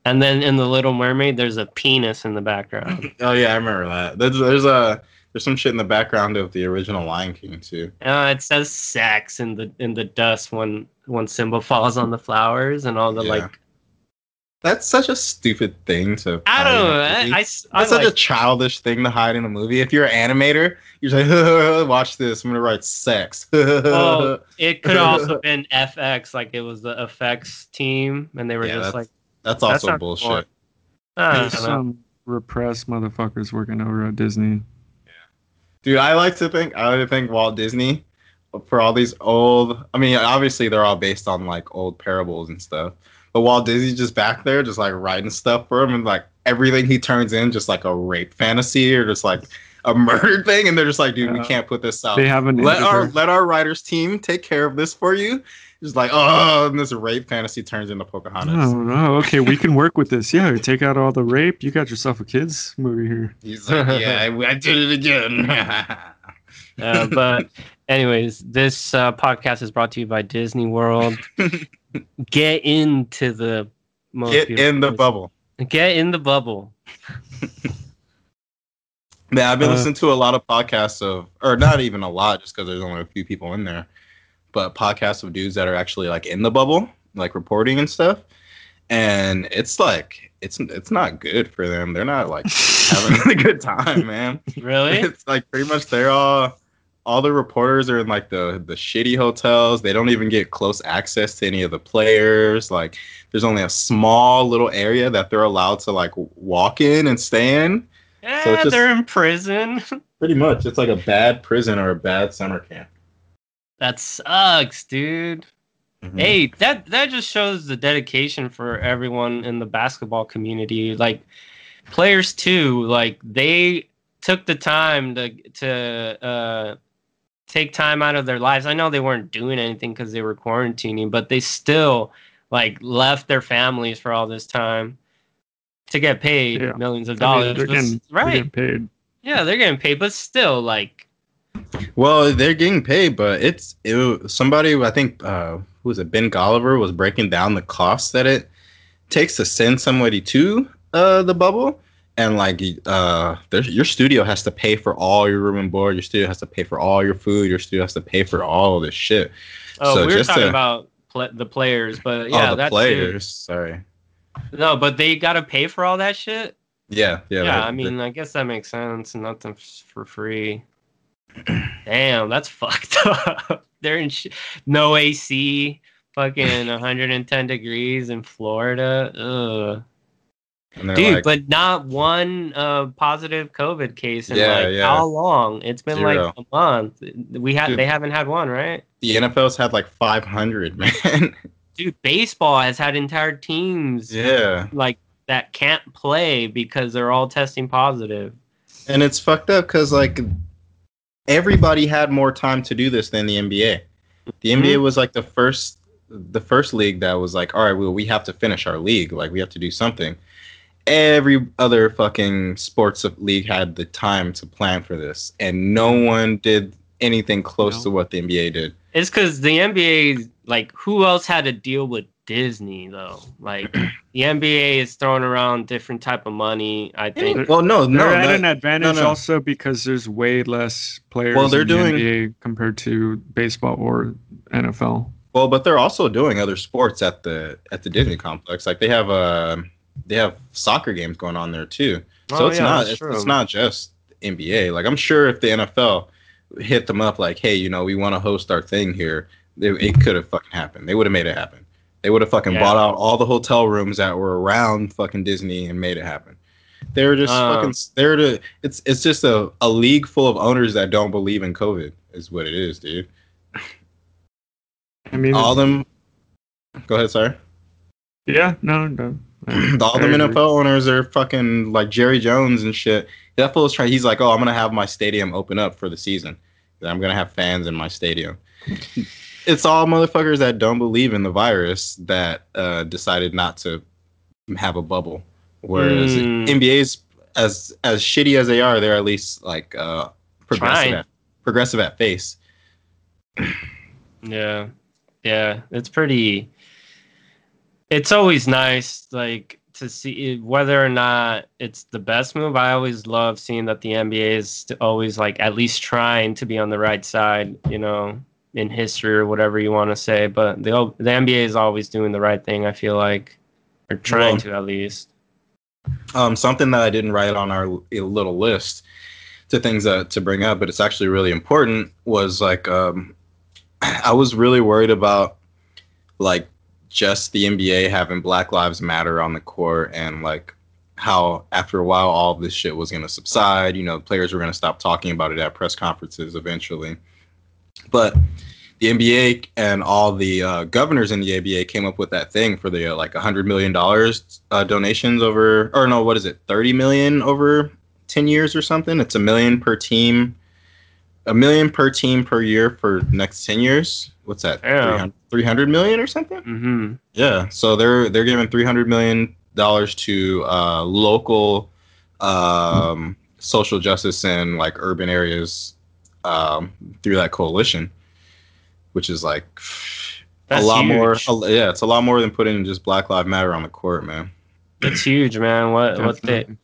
S1: And then in The Little Mermaid, there's a penis in the background.
S2: Oh yeah, I remember that. There's there's a there's some shit in the background of the original Lion King too.
S1: Uh, it says sex in the in the dust when when Simba falls on the flowers and all the
S2: Yeah.
S1: like.
S2: That's such a stupid thing to.
S1: I
S2: hide in
S1: don't
S2: a
S1: know. I,
S2: movie.
S1: I, s- I
S2: that's such a
S1: like,
S2: childish thing to hide in a movie. If you're an animator, you're like, watch this. I'm gonna write sex.
S1: Well, it could also been FX, like it was the effects team, and they were
S2: Yeah,
S1: just
S2: that's-
S1: like,
S2: that's
S1: that's
S2: also
S1: not
S2: bullshit.
S1: cool. I
S3: There's
S1: don't know.
S3: some repressed motherfuckers working over at Disney.
S2: Dude, I like to think I like to think Walt Disney for all these old. I mean, obviously they're all based on like old parables and stuff. But Walt Disney's just back there, just like writing stuff for him, and like everything he turns in, just like a rape fantasy or just like a murder thing, and they're just like, dude, we
S3: Yeah.
S2: can't put this
S1: Oh.
S2: out.
S3: They have an
S2: Let our
S3: editor.
S2: let our writers team take care of this for you. Just like, oh, and this rape fantasy turns into Pocahontas.
S3: Oh no! Okay, we can work with this. Yeah, take out all the rape. You got yourself a kids movie here.
S2: He's like, yeah, I, I did it again.
S1: Uh, but anyways, this uh, podcast is brought to you by Disney World. Get into the most
S3: Oh,
S2: Get
S1: beautiful
S2: in the
S1: place.
S2: bubble.
S1: Get in the bubble.
S2: Man, I've been
S3: Uh,
S2: listening to a lot of podcasts of, or not even a lot, just because there's only a few people in there, but podcasts of dudes that are actually like in the bubble, like reporting and stuff. And it's like it's it's not good for them. They're not like having a good time, man.
S1: Really?
S2: It's like pretty much they're all all the reporters are in like the the shitty hotels. They don't even get close access to any of the players. Like there's only a small little area that they're allowed to like w- walk in and stay in.
S1: Yeah,
S2: So it's just-
S1: they're in prison.
S2: Pretty much, it's like a bad prison or a bad summer camp.
S1: That sucks, dude.
S3: Mm-hmm.
S2: Mhm.
S1: Hey, that that just shows the dedication for everyone in the basketball community. Like players too, like they took the time to to uh, take time out of their lives. I know they weren't doing anything because they were quarantining, but they still like left their families for all this time to get paid
S3: Yeah.
S1: millions of
S3: I mean,
S1: dollars.
S3: they're
S1: But s-
S3: getting- they're
S1: right?
S3: getting paid.
S1: yeah, they're getting paid, but still, like
S2: Well, they're getting paid, but it's it, wa- somebody I think uh, who was it? Ben Golliver was breaking down the cost that it takes to send somebody to uh, the bubble, and like uh, there's, your studio has to pay for all your room and board, your studio has to pay for all your food, your studio has to pay for all of this shit.
S1: oh,
S2: So
S1: we were
S2: just
S1: talking
S2: to-
S1: about pla the players, but yeah,
S2: oh, the
S1: that's
S2: players.
S1: dude.
S2: Sorry.
S1: No, but they gotta pay for all that shit.
S2: Yeah, yeah.
S1: Yeah,
S2: that-
S1: I mean, I guess that makes sense. Nothing f- for free. Damn, that's fucked up. They're in sh- no AC, fucking 110 degrees in Florida. Ugh.
S2: and they're
S1: Dude,
S2: like,
S1: but not one uh, positive COVID case in
S2: Yeah,
S1: like
S2: yeah.
S1: how long? It's been
S2: Zero.
S1: like a month. We had
S2: Dude.
S1: they haven't had one, right?
S2: the NFL's had like 500, man.
S1: Dude, baseball has had entire teams
S2: yeah.
S1: like that can't play because they're all testing positive.
S2: And it's fucked up because like everybody had more time to do this than the NBA. The
S3: Mm-hmm.
S2: NBA was like the first the first league that was like, all right, well, we have to finish our league. Like we have to do something. Every other fucking sports of- league had the time to plan for this, and no one did anything close
S3: No.
S2: to what the NBA did.
S1: It's because the NBA, like, who else had to deal with Disney though? Like, the NBA is throwing around different type of money. I think.
S2: Well, no, no,
S3: They're at
S2: that-
S3: an advantage
S2: no.
S3: also because there's way less players
S2: Well, they're
S3: in the
S2: doing-
S3: NBA compared to baseball or NFL.
S2: Well, but they're also doing other sports at the at the Disney complex. Like they have uh they have soccer games going on there too. So
S1: Oh,
S2: it's
S1: yeah,
S2: not
S1: that's
S2: it's,
S1: true.
S2: it's not just NBA. Like I'm sure if the NFL hit them up like, hey, you know, we want to host our thing here, it, it could have fucking happened. They would have made it happen. They would have fucking
S1: Yeah.
S2: bought out all the hotel rooms that were around fucking Disney and made it happen. They're just
S1: Um,
S2: fucking they're to it's it's just a, a league full of owners that don't believe in COVID is what it is, dude.
S3: I mean,
S2: All them Go ahead, sorry.
S3: yeah, no, no.
S2: all the
S3: Very
S2: NFL owners are fucking like Jerry Jones and shit. That fool's trying. He's like, oh, I'm gonna have my stadium open up for the season. I'm gonna have fans in my stadium. it's all motherfuckers that don't believe in the virus that uh, decided not to have a bubble. Whereas
S1: Mm.
S2: NBA's as as shitty as they are, they're at least like uh,
S1: Trying.
S2: progressive, at, progressive at face.
S1: Yeah, yeah, it's pretty. It's always nice, like to see whether or not it's the best move. I always love seeing that the NBA is st- always like at least trying to be on the right side, you know, in history or whatever you want to say. But the o- the NBA is always doing the right thing. I feel like, or trying
S2: Well-
S1: to at least.
S2: um, something that I didn't write on our l- little list to things that, to bring up, but it's actually really important was like um, I was really worried about like just the NBA having Black Lives Matter on the court and like how after a while all this shit was gonna subside. You know, players were gonna stop talking about it at press conferences eventually, but. The NBA and all the uh, governors in the ABA came up with that thing for the uh, like hundred million dollars uh, donations over, or no, what is it, thirty million over ten years or something? It's a million per team, a million per team per year for next ten years. What's that?
S1: Yeah.
S2: 300 300 million or something?
S1: hmm
S2: Yeah. So they're they're giving three hundred million dollars to uh, local um, social justice in like urban areas um, through that coalition, which is like
S1: That's
S2: a lot more.
S1: huge.
S2: a- yeah, it's a lot more than putting just Black Lives Matter on the court, man.
S1: That's huge, man. What what they
S3: Definitely.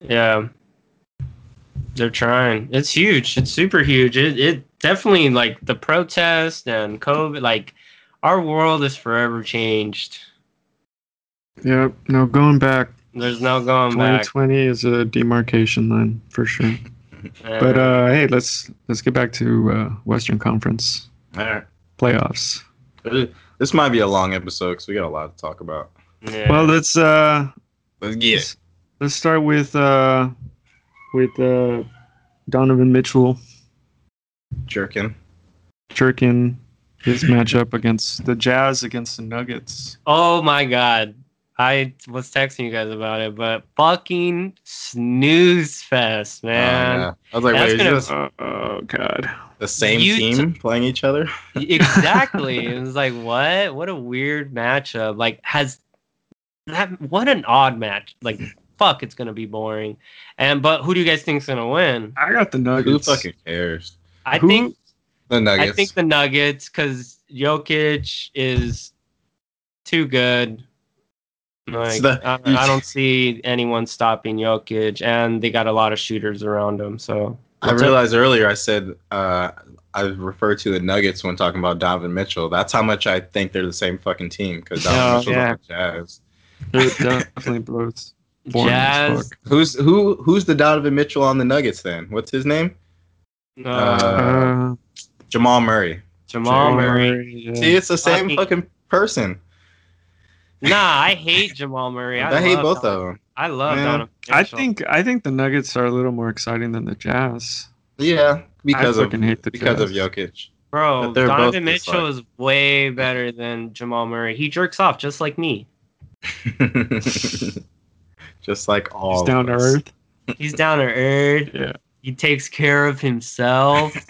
S1: Yeah. They're trying. It's huge. It's super huge. It, it definitely like the protest and COVID, like our world is forever changed.
S3: Yep. No, going back.
S1: There's no going back.
S3: 2020 is a demarcation line for sure.
S1: man.
S3: But uh, hey, let's let's get back to uh, Western Conference
S2: All right.
S3: playoffs.
S2: This might be a long episode because we got a lot to talk about.
S1: yeah.
S3: Well, let's uh,
S2: Let's get
S3: let's, let's start with uh, with uh, Donovan Mitchell
S2: Jerkin.
S3: jerking his matchup against the Jazz against the Nuggets.
S1: Oh my god. I was texting you guys about it, but fucking snooze fest,
S2: Oh,
S1: man.
S2: yeah. I was like,
S1: That's
S2: wait, is
S1: gonna-
S2: this
S3: Oh, oh, God.
S2: the same
S1: You
S2: team playing each other?
S1: exactly. It was like, what? What a weird matchup. Like, has that? What an odd match. Like, fuck, it's gonna be boring. And but who do you guys think's gonna win?
S3: I got the Nuggets.
S2: Who fucking cares?
S1: I
S3: Who-
S1: think
S2: The
S1: I,
S2: Nuggets.
S1: think the Nuggets because Jokic is too good. Like,
S2: the-
S1: I, I don't see anyone stopping Jokic, and they got a lot of shooters around them. So
S2: I realized earlier I said uh, I referred to the Nuggets when talking about Donovan Mitchell. That's how much I think they're the same fucking team because Donovan
S3: Oh,
S2: Mitchell's
S3: yeah.
S2: on the Jazz.
S3: They're definitely both. boring as
S1: Jazz,
S3: fuck.
S2: Who's who? Who's the Donovan Mitchell on the Nuggets then? What's his name?
S1: uh,
S2: Uh,
S3: Uh,
S2: Jamal Murray.
S1: Jamal
S2: Jamal
S1: Murray.
S3: yeah.
S2: See, it's the same
S1: Fucking-
S2: fucking person.
S1: Nah, I hate Jamal Murray. I,
S2: I, hate
S1: love
S2: both
S1: Donovan.
S2: of them.
S1: I love
S2: Yeah.
S1: Donovan.
S3: I
S1: Mitchell.
S3: think I think the Nuggets are a little more exciting than the Jazz.
S2: Yeah, because
S3: I
S2: of
S3: fucking hate the
S2: because of
S3: Jazz.
S2: Jokic.
S1: bro,
S2: that they're
S1: Donovan
S2: both just
S1: Mitchell
S2: like-
S1: is way better than Jamal Murray. He jerks off just like me.
S2: Just like all
S3: He's down to
S2: of us.
S3: earth.
S1: He's down to earth.
S3: Yeah.
S1: He takes care of himself.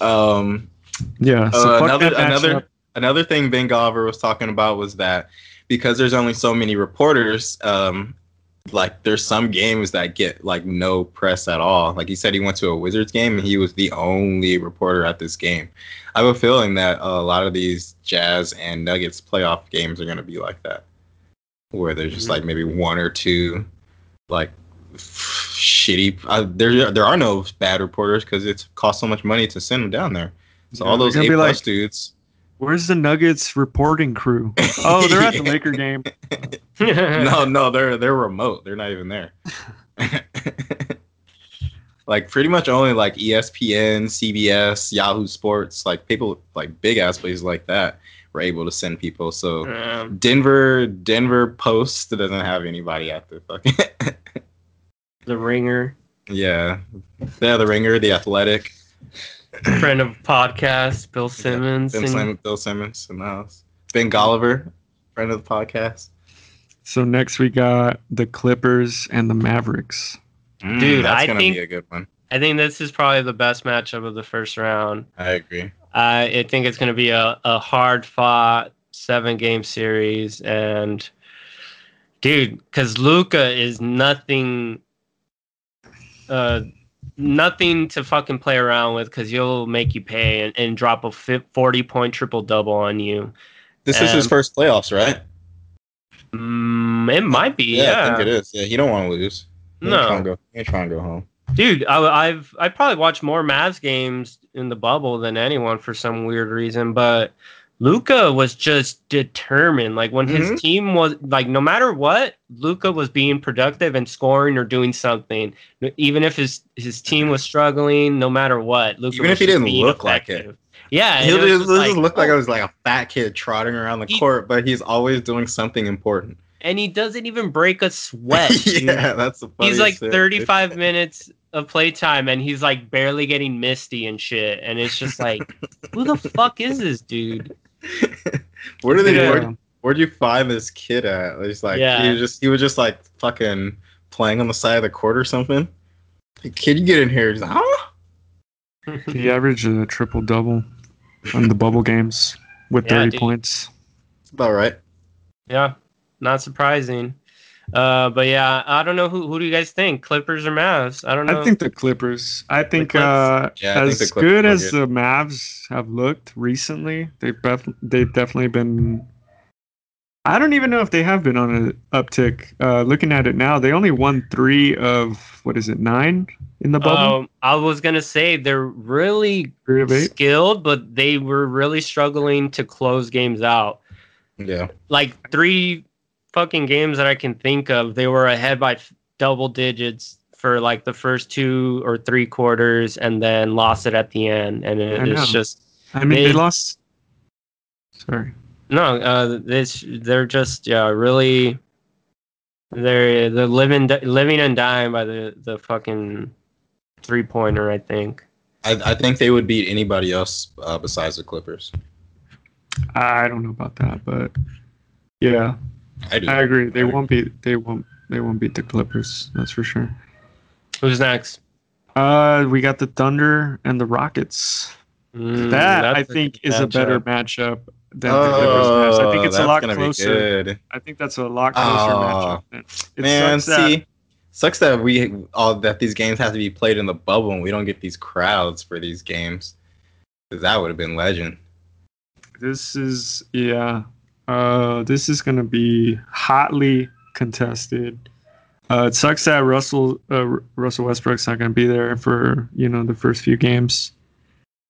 S2: Um,
S3: Yeah. So
S2: uh,
S3: fuck
S2: another
S3: that matchup.
S2: another another thing Ben Golliver was talking about was that because there's only so many reporters, um, like there's some games that get like no press at all. Like he said, he went to a Wizards game and he was the only reporter at this game. I have a feeling that a lot of these Jazz and Nuggets playoff games are going to be like that, where there's just
S3: Mm-hmm.
S1: Mhm.
S2: like maybe one or two, like shitty. Uh, there there are no bad reporters because it's cost so much money to send them down there. So
S3: Yeah,
S2: all
S3: they're
S2: those
S3: gonna
S2: A
S3: be
S2: plus
S3: like-
S2: dudes.
S3: Where's the Nuggets reporting crew? Oh, they're at the Laker game.
S1: Um,
S2: no, no, they're they're remote. They're not even there. like pretty much only like E ESPN, CBS, Yahoo Sports, like people like big ass places like that were able to send people. So
S1: Um,
S2: Denver, Denver Post doesn't have anybody at the fucking
S1: the ringer,
S2: yeah. They have the Ringer, the Athletic,
S1: friend of podcast, Bill Simmons.
S2: Ben
S1: and-
S2: Simmons, Bill Simmons in the house, Ben Golliver, friend of the podcast.
S3: So next we got the Clippers and the Mavericks.
S2: Mm,
S1: Dude,
S2: that's
S1: I
S2: gonna
S1: think-
S2: be a good one.
S1: I think this is probably the best matchup of the first round.
S2: I agree.
S1: I I think it's going to be a, a hard fought seven game series. And dude, because Luca is nothing, uh, nothing to fucking play around with because he'll make you pay and, and drop a fi 40 point triple double on you.
S2: This is his
S1: Um,
S2: first playoffs, right?
S1: Mm, it might be, yeah.
S2: Yeah, I think it is. Yeah, he don't want to lose. He ain't
S1: no,
S2: trying to go, he ain't trying to go home.
S1: Dude, I, I've I probably watched more Mavs games in the bubble than anyone for some weird reason, but Luca was just determined. Like when
S2: Mhm.
S1: his team was like, no matter what, Luca was being productive and scoring or doing something. Even if his his team was struggling, no matter what, Luca
S2: Even if he didn't look like it.
S1: Yeah,
S2: He'll
S1: it was
S2: just,
S1: just
S2: he'll
S1: like,
S2: just look like
S1: oh,
S2: I was like a fat kid trotting around the
S1: He-
S2: court, but he's always doing something important.
S1: and he doesn't even break a sweat. dude.
S2: yeah, that's the funniest
S1: he's like
S2: shit.
S1: 35 minutes of playtime and he's like barely getting misty and shit and it's just like who the fuck is this dude
S2: Where do they?
S1: Yeah.
S2: Where, where'd you find this kid at? He's like, he
S1: Yeah.
S2: was just he was just like fucking playing on the side of the court or something. Hey, kid, you get in here. He's like, huh?
S3: He averaged a triple double on the bubble games with
S1: Yeah,
S3: 30
S1: dude.
S3: points.
S2: That's about right.
S1: yeah not surprising uh but yeah i don't know who who do you guys think clippers or mavs i don't know
S3: I think the Clippers. I think
S1: Clips?
S3: uh,
S2: Yeah, I think
S3: as
S2: the Clips
S3: good
S2: will
S3: as
S2: get-
S3: the Mavs have looked recently, they've bef- they've definitely been. I don't even know if they have been on an uptick. Uh, looking at it now, they only won three of what is it nine in the bubble?
S1: um, i was gonna say they're really
S3: three of eight.
S1: skilled but they were really struggling to close games out
S2: Yeah.
S1: like three fucking games that I can think of, they were ahead by f- double digits for like the first two or three quarters, and then lost it at the end. And
S3: I
S1: it,
S3: know.
S1: it's just
S3: I mean, they
S1: they-
S3: lost. Sorry.
S1: no, uh, this they're just yeah really They're the living living and dying by the the fucking three pointer. I think.
S2: I, I think they would beat anybody else uh, besides the Clippers.
S3: I don't know about that, but yeah,
S2: I do.
S3: I agree. They won't beat. They won't. They won't beat the Clippers. That's for sure.
S1: Who's next?
S3: Uh, we got the Thunder and the Rockets.
S2: Hmm,
S1: Mm,
S3: that I
S1: that's a
S3: think
S1: good
S3: is a better
S1: matchup.
S3: matchup than the Clippers. Mavs.
S2: Oh,
S3: I think it's a
S2: that's
S3: lot
S2: gonna be
S3: closer.
S2: good.
S3: I think that's a lot closer
S2: Oh,
S3: matchup. It
S2: Man,
S3: sucks that-
S2: see, sucks that we all that these games have to be played in the bubble and we don't get these crowds for these games. 'Cause That would have been legend.
S3: this is yeah. Uh, this is gonna be hotly contested. Uh, it sucks that Russell uh, R- Russell Westbrook's not gonna be there for you know the first few games,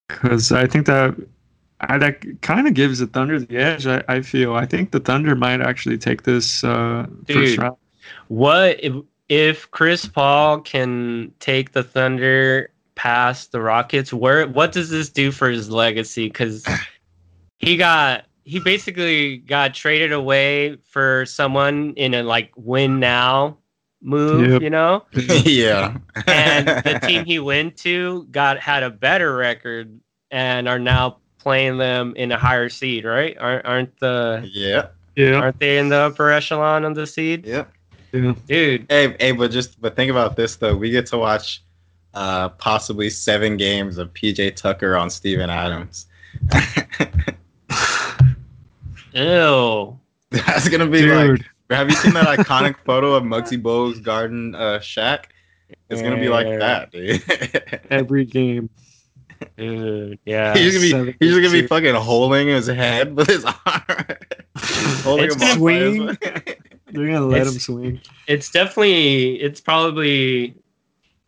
S3: because I think that I, that kind of gives the Thunder the edge. I, I feel I think the Thunder might actually take this uh, first
S1: Dude.
S3: round.
S1: What if, if Chris Paul can take the Thunder past the Rockets? Where what does this do for his legacy? Because he got he basically got traded away for someone in a like win now move,
S3: Yep.
S1: you know.
S2: yeah.
S1: And the team he went to got had a better record and are now playing them in a higher seed, right? Aren't aren't the
S2: Yeah.
S3: Yeah,
S1: aren't they in the upper echelon of the seed?
S2: Yeah.
S3: yeah.
S1: Dude,
S2: Hey, hey, but just but think about this though. We get to watch uh possibly seven games of PJ Tucker on Steven Adams.
S1: ew.
S2: That's gonna be like
S3: dude.
S2: have you seen that iconic photo of Muggsy Bogues garden uh shack? It's gonna be like
S1: Yeah.
S2: that, dude.
S3: Every game.
S2: Mm,
S1: Dude, yeah.
S2: he's just gonna be
S3: Seven
S2: he's just gonna be
S3: two.
S2: fucking holding his head with his arm. holding
S1: It's
S2: him off by his-
S3: swing. They're gonna let
S1: It's-
S3: him swing.
S1: It's definitely, it's probably,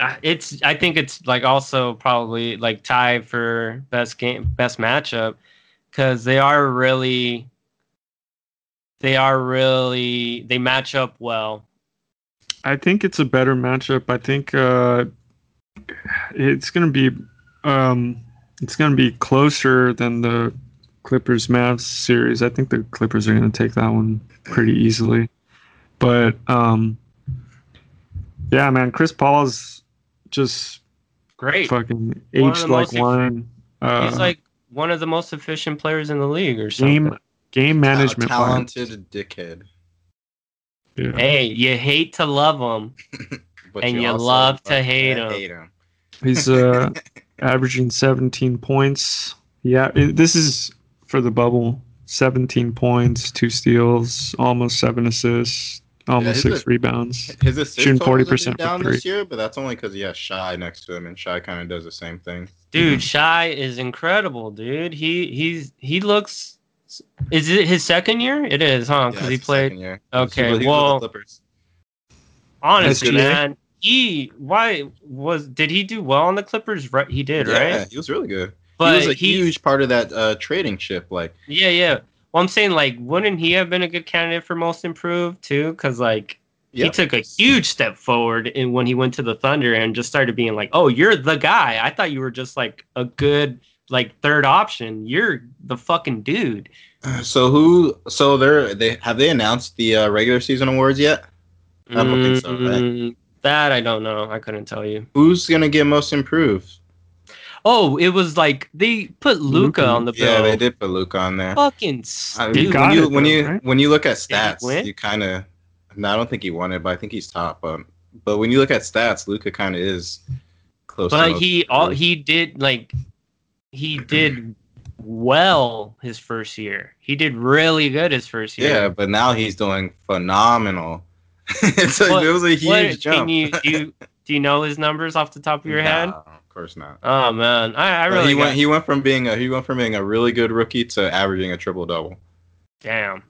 S1: uh, it's. I think it's like also probably like tied for best game, best matchup, because they are really, they are really, they match up well.
S3: I think it's a better matchup. I think uh, it's gonna be um, it's gonna be closer than the Clippers Mavs series. I think the Clippers are gonna take that one pretty easily. But um, yeah, man, Chris Paul's just
S1: Great.
S3: fucking
S1: the
S3: aged like
S1: most ex-
S3: wine. Uh,
S1: He's like one of the most efficient players in the league, or something.
S3: game game management.
S2: How
S3: talent.
S2: talented dickhead.
S3: Yeah.
S1: Hey, you hate to love him.
S2: But
S1: And you
S2: also
S1: love to
S2: fucking
S1: hate him.
S2: him.
S3: He's uh, averaging 17 points. Yeah, it, this is for the bubble. 17 points, two steals, almost seven assists, almost
S2: Yeah, he's
S3: six rebounds.
S2: His assist
S3: Shooting
S2: totals have
S3: 40%
S2: been down
S3: from
S2: this year, but that's only because he has Shy next to him, and Shy kind of does the same thing.
S1: Dude, Shy is incredible, dude. He he's he looks. Is it his second year? It is, huh? Because Oh,
S2: Yeah,
S1: he
S2: it's the
S1: played.
S2: second year.
S1: Okay,
S2: He was with the
S1: well-
S2: Clippers.
S1: Honestly,
S3: SGA?
S1: man, he why was did he do well on the Clippers? Right, he did,
S2: yeah,
S1: right?
S2: he was really good. he
S1: But
S2: was a
S1: he,
S2: huge part of that uh, trading ship. Like,
S1: yeah, yeah. Well, I'm saying like, wouldn't he have been a good candidate for most improved too? Because like.
S2: Yeah.
S1: He took a huge step forward in when he went to the Thunder and just started being like, "Oh, you're the guy. I thought you were just like a good like third option. You're the fucking dude."
S2: so who? So they're they have they announced the uh, regular season awards yet? I don't think so, right?
S1: Mm, That I don't know. I couldn't tell you.
S2: Who's gonna get most improved?
S1: Oh, it was like they put Luca
S3: Luka.
S1: on the Oh, bill.
S2: Yeah, they did put Luke on there.
S1: Fucking
S2: I mean,
S1: stupid.
S3: got
S2: when you
S3: it,
S2: when
S3: though,
S2: you
S3: right?
S2: when you look at
S1: Did he
S2: stats,
S1: win?
S2: you kind of. No, I don't think he won it, but I think he's top. Um, but when you look at stats, Luca kind of is close. to
S1: but
S2: most
S1: he all
S2: improved.
S1: he did like he did well his first year. He did really good his first year.
S2: Yeah, but now he's doing phenomenal. it's like,
S1: What-
S2: it was a huge
S1: What-
S2: jump.
S1: Can you do? You, do you know his numbers off the top of your head?
S2: Nah, of course not.
S1: Oh man, I, I
S2: But
S1: really
S2: he
S1: got-
S2: went. He went from being a he went from being a really good rookie to averaging a triple double.
S1: damn.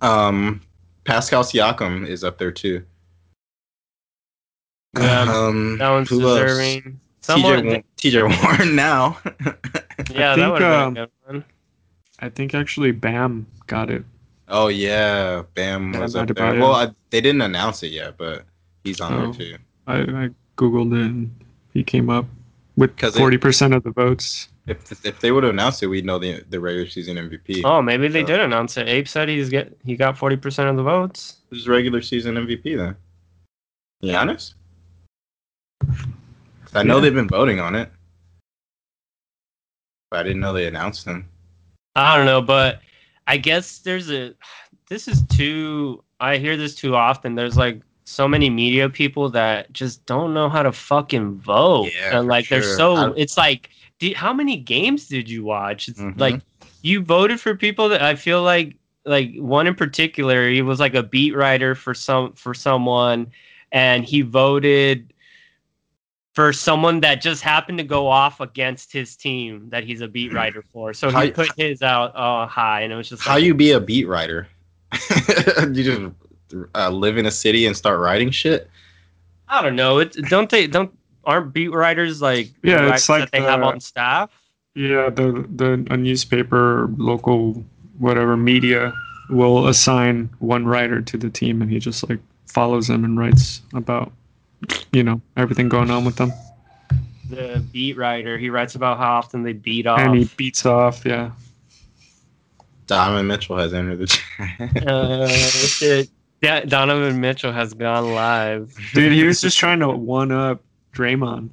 S2: Um, Pascal Siakam is up there too.
S1: Yeah,
S2: um,
S1: That one's
S2: who else?
S1: deserving.
S2: TJ,
S1: Someone,
S2: Wa- TJ Warren now.
S1: yeah, that
S3: think,
S1: would have
S3: um,
S1: been a good one.
S3: I think actually Bam got it.
S2: oh yeah, Bam
S3: Yeah,
S2: was
S3: not
S2: up there.
S3: about it.
S2: Well, I, they didn't announce it yet, but he's on
S3: Oh.
S2: there too.
S3: I, I Googled it and he came up with
S2: 'Cause it-
S3: 40% of the votes.
S2: If if they would have announced it, we'd know the the regular season MVP.
S1: Oh, maybe they
S2: So-
S1: did announce it. Abe said he's get he got forty percent of the votes.
S2: Who's regular season MVP then? Giannis. 'Cause I know
S3: Yeah.
S2: they've been voting on it, but I didn't know they announced him.
S1: I don't know, but I guess there's a. This is too. I hear this too often. There's like so many media people that just don't know how to fucking vote,
S2: Yeah,
S1: and
S2: for
S1: like they're
S2: sure.
S1: so.
S2: I-
S1: it's like, do, how many games did you watch? It's
S2: Mhm.
S1: like you voted for people that I feel like like one in particular. He was like a beat writer for some for someone, and he voted for someone that just happened to go off against his team that he's a beat writer for. So
S2: How
S1: he
S2: you-
S1: put his out uh, high, and it was just
S2: How
S1: like,
S2: you be a beat writer? you just uh, live in a city and start writing shit.
S1: I don't know. It, don't they don't aren't beat writers like
S3: Yeah,
S1: writers
S3: it's like
S1: that they have
S3: the-
S1: on staff?
S3: Yeah, the the a newspaper, local, whatever media will assign one writer to the team, and he just like follows them and writes about, you know, everything going on with them.
S1: The beat writer he writes about how often they beat off.
S3: And he beats off. Yeah,
S2: Donovan Mitchell has entered the chat.
S1: uh, shit. Yeah, Donovan Mitchell has gone live.
S3: dude, he was just trying to one up Draymond.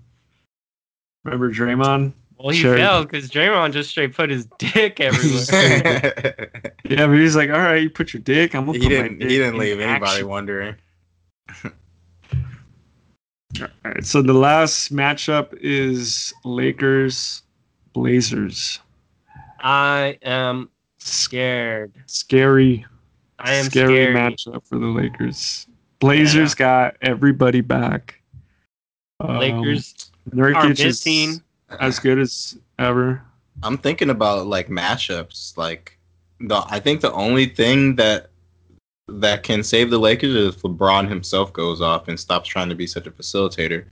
S3: Remember Draymond?
S1: Well, he
S3: Sure.
S1: failed because Draymond just straight put his dick everywhere.
S3: Yeah, but he's like, all right, you put your dick. I'm gonna
S2: he
S3: put my
S2: didn't. He
S3: dick
S2: didn't
S3: in
S2: leave anybody
S3: action."
S2: wondering.
S3: All right, so the last matchup is Lakers, Blazers.
S1: I am scared.
S3: Scary
S1: I am
S3: scary
S1: scared.
S3: matchup for the Lakers. Blazers got everybody back. Um,
S1: Lakers are
S3: Nurkic is
S1: missing.
S3: as good as ever.
S2: I'm thinking about like matchups. Like the I think the only thing that that can save the Lakers is if LeBron himself goes off and stops trying to be such a facilitator.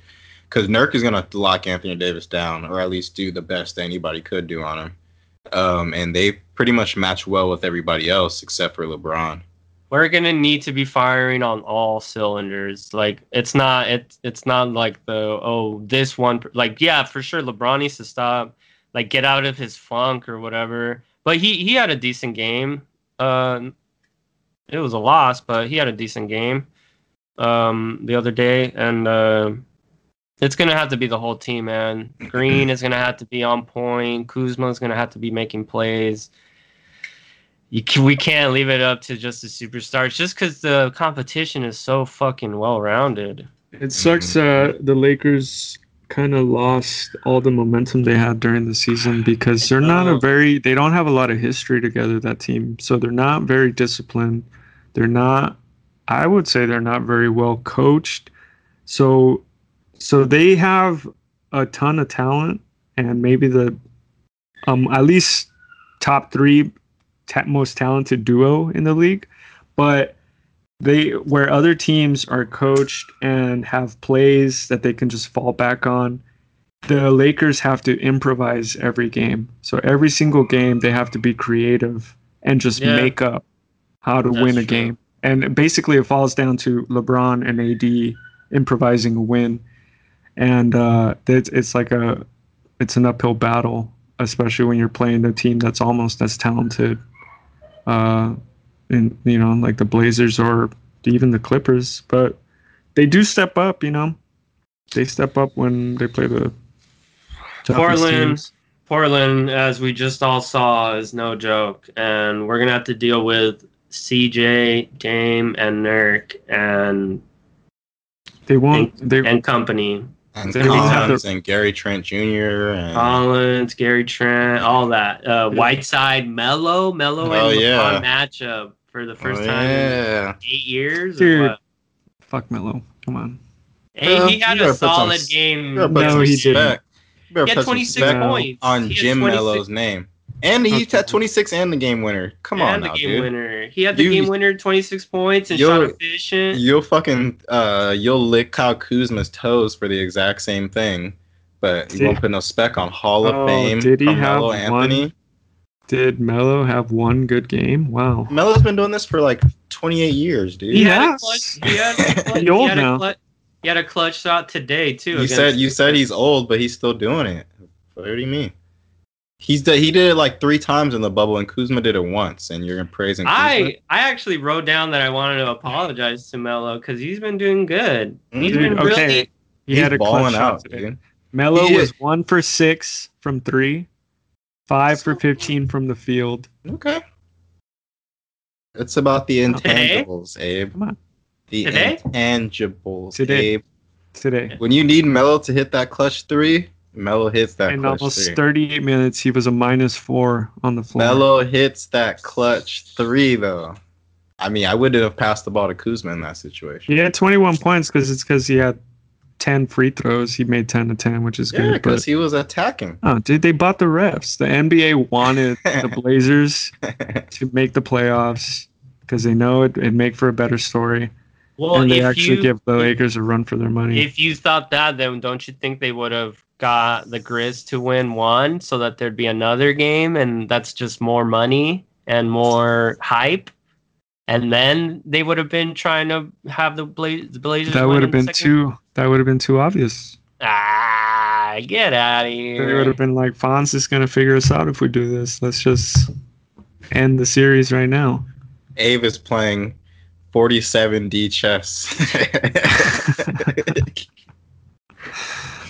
S2: Because Nurk is gonna lock Anthony Davis down, or at least do the best that anybody could do on him. Um, and they pretty much match well with everybody else except for LeBron.
S1: We're gonna need to be firing on all cylinders. Like it's not it's it's not like the oh this one per- like yeah for sure LeBron needs to stop like get out of his funk or whatever. But he he had a decent game. Uh, it was a loss, but he had a decent game um the other day, and uh, it's gonna have to be the whole team, man. Green is gonna have to be on point. Kuzma is gonna have to be making plays. You can, we can't leave it up to just the superstars, just because the competition is so fucking well rounded.
S3: It sucks. Uh, the Lakers kind of lost all the momentum they had during the season because they're not a
S1: know.
S3: very. They don't have a lot of history together. That team, so they're not very disciplined. They're not. I would say they're not very well coached. So, so they have a ton of talent, and maybe the, um, at least top three, ta- most talented duo in the league, but they where other teams are coached and have plays that they can just fall back on the lakers have to improvise every game so every single game they have to be creative and just
S1: Yeah.
S3: make up how to
S1: That's
S3: win a
S1: true.
S3: game and basically it falls down to lebron and ad improvising a win and uh it's, it's like a it's an uphill battle especially when you're playing a team that's almost as talented uh in you know like the Blazers or even the Clippers, but they do step up. You know, they step up when they play the toughest
S1: Portland.
S3: teams.
S1: Portland, as we just all saw, is no joke, and we're gonna have to deal with CJ, Dame, and Nurk and
S3: They won't. They
S1: and company.
S2: And
S3: They don't have
S2: Collins and Gary Trent Jr. and
S1: Collins, Gary Trent, all that. Uh,
S3: Yeah.
S1: Whiteside, Mello, Mello,
S2: Oh,
S1: and
S2: yeah.
S1: LeBron matchup for the first
S2: Oh,
S1: time in
S2: yeah.
S1: eight years.
S3: Dude.
S1: Or what?
S3: fuck Melo. Come on.
S1: Hey, he
S2: Yeah,
S1: had
S2: you gotta
S1: a
S2: put some-
S1: solid
S2: You
S1: game.
S2: better put
S3: No,
S2: some
S3: he didn't.
S2: respect. You better
S1: He had
S2: put some
S1: 26
S2: respect
S1: points.
S2: on
S1: He had
S2: Jim
S1: 26
S2: Melo's name, and he
S3: Okay.
S2: had 26 and the game winner. Come on
S1: and the
S2: now,
S1: game
S2: dude.
S1: winner. He had the
S2: You-
S1: game winner, 26 points, and shot
S2: You're-
S1: efficient.
S2: You'll fucking uh, you'll lick Kyle Kuzma's toes for the exact same thing, but you
S3: Did-
S2: won't put no spec on Hall of
S3: Oh,
S2: Fame.
S3: did he
S2: Carmelo
S3: have
S2: Anthony?
S3: Did Melo have one good game? Wow.
S2: Melo's been doing this for like 28 years, dude.
S1: He
S3: Yeah.
S1: had a
S3: Yes.
S1: clutch. He had a clutch,
S3: He
S1: he
S3: old
S1: had
S3: now.
S1: a clutch, he had a clutch shot today too.
S2: You
S1: against-
S2: said you said he's old, but he's still doing it. What do you mean? He's done, he did it like three times in the bubble, and Kuzma did it once. And you're praising. Kuzma?
S1: I I actually wrote down that I wanted to apologize to Melo because he's been doing good. He's
S2: Dude,
S1: been
S3: okay.
S1: really
S3: He
S2: He's
S3: had a clutch
S2: balling
S3: shot
S2: out,
S3: today.
S2: dude.
S3: Melo
S2: He
S3: was
S2: is.
S3: one for six from three, five for
S2: So-
S3: 15 from the field.
S2: Okay. It's about the
S1: Today?
S2: intangibles, Abe.
S3: Come on.
S2: The
S1: Today?
S2: intangibles,
S3: Today.
S2: Abe.
S3: Today.
S2: When you need Melo to hit that clutch three, Melo hits that
S3: In
S2: clutch
S3: almost
S2: three.
S3: 38 minutes, he was a minus four on the floor.
S2: Melo hits that clutch three, though. I mean, I wouldn't have passed the ball to Kuzma in that situation.
S3: He had 21 points because it's because he had 10 free throws. He made 10 to 10, which is
S2: Yeah,
S3: good. But
S2: because he was attacking.
S3: oh, dude, they bought the refs. The NBA wanted the Blazers to make the playoffs because they know it would make for a better story.
S1: well.
S3: and they
S1: if
S3: actually
S1: you,
S3: give the Lakers a run for their money.
S1: If you thought that, then don't you think they would have got the Grizz to win one so that there'd be another game and that's just more money and more hype? And then they would have been trying to have the, Bla- the Blazers.
S3: that
S1: win in
S3: would have
S1: the
S3: been
S1: second-
S3: too. That would have been too obvious.
S1: Ah, get out of
S3: They would
S1: here.
S3: have been like, Fonz is going to figure us out if we do this. Let's just end the series right now.
S2: Abe is playing 47D chess.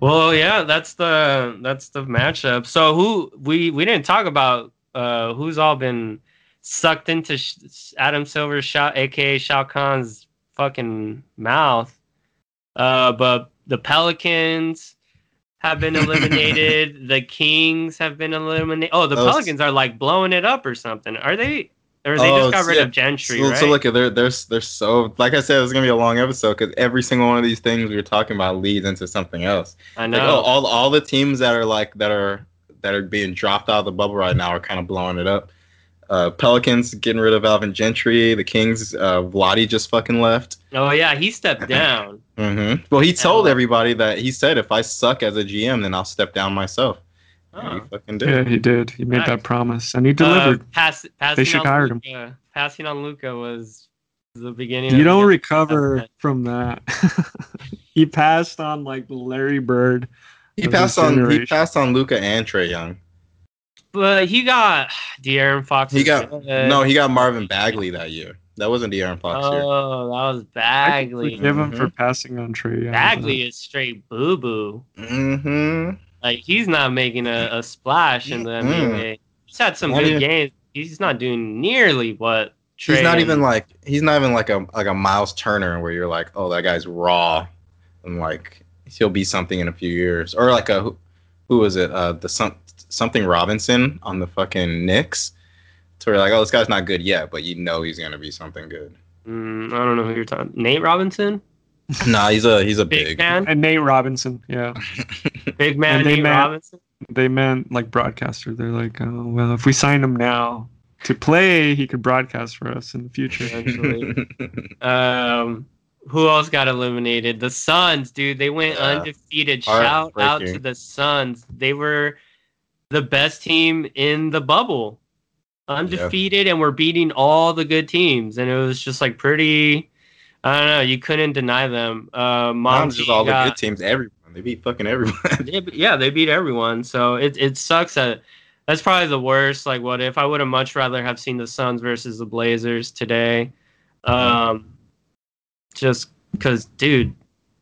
S1: Well, yeah, that's the that's the matchup. So who we we didn't talk about uh who's all been sucked into sh- Adam Silver's shot, aka Shao Kahn's fucking mouth. Uh, but the Pelicans have been eliminated. the Kings have been eliminated. Oh, the
S2: Oh, s-
S1: Pelicans are like blowing it up or something. Are they? Or they
S2: Oh,
S1: just got
S2: s-
S1: rid
S2: yeah.
S1: of Gentry,
S2: so,
S1: right?
S2: so look at they're, they're they're so like I said, it's gonna be a long episode because every single one of these things we were talking about leads into something else.
S1: I know.
S2: Like, oh, all all the teams that are like that are that are being dropped out of the bubble right now are kind of blowing it up. Uh, Pelicans getting rid of Alvin Gentry. The Kings, uh, Vladi just fucking left.
S1: oh yeah, he stepped down.
S2: hmm Well, he told
S1: Vlade.
S2: everybody that he said, if I suck as a GM, then I'll step down myself. And
S1: Oh.
S2: he fucking did.
S3: Yeah, he did. He made
S1: Nice.
S3: that promise, and he delivered.
S1: Uh, pass, passing
S3: should
S1: on
S3: hire him.
S1: Luka, him. Passing on Luca was the beginning.
S3: you
S1: of
S3: don't
S1: the-
S3: recover
S1: Okay.
S3: from that. he passed on like Larry Bird.
S2: He
S3: Of
S2: passed
S3: this
S2: on. He
S3: generation.
S2: passed on Luca and Trey Young.
S1: but he got De'Aaron Fox.
S2: He
S1: is
S2: got
S1: good.
S2: no. He got Marvin Bagley that year. That wasn't De'Aaron Fox year.
S1: Uh, Oh, that was
S3: I can
S1: Bagley.
S3: Forgive him for passing on Trey Young.
S1: Bagley is straight boo boo.
S2: Mm-hmm.
S1: Like he's not making a, a splash in the
S2: Mm.
S1: NBA. He's had some
S2: Not
S1: good
S2: even-
S1: games. He's not doing nearly what. Trey
S2: He's not
S1: and-
S2: even like he's not even like a like a Miles Turner where you're like, oh, that guy's raw, and like he'll be something in a few years, or like a who- who was it? Uh, the some something Robinson on the fucking Knicks. So you're like, oh, this guy's not good yet, but you know he's gonna be something good.
S1: Mm, I don't know who you're talking. Nate Robinson,
S2: nah, he's a he's a
S1: big,
S2: big.
S1: man,
S3: and Nate Robinson. Yeah,
S1: big man.
S3: And they
S1: Nate
S3: met-
S1: Robinson.
S3: they meant like broadcaster. They're like, oh, well, if we sign him now to play, he could broadcast for us in the future.
S1: Eventually. Um, who else got eliminated? The Suns, dude. They went
S2: Yeah.
S1: undefeated. Shout out to
S2: Heartbreaking.
S1: the Suns. They were the best team in the bubble, undefeated, and were beating all the good teams. And it was just like pretty. I don't know. You couldn't deny them. Uh,
S2: Not
S1: Monty
S2: just all the good
S1: got,
S2: teams, everyone. They beat fucking everyone.
S1: they- yeah, they beat everyone. So it it sucks that. That's probably the worst. Like, what if I would have much rather have seen the Suns versus the Blazers today? Um, just because, dude,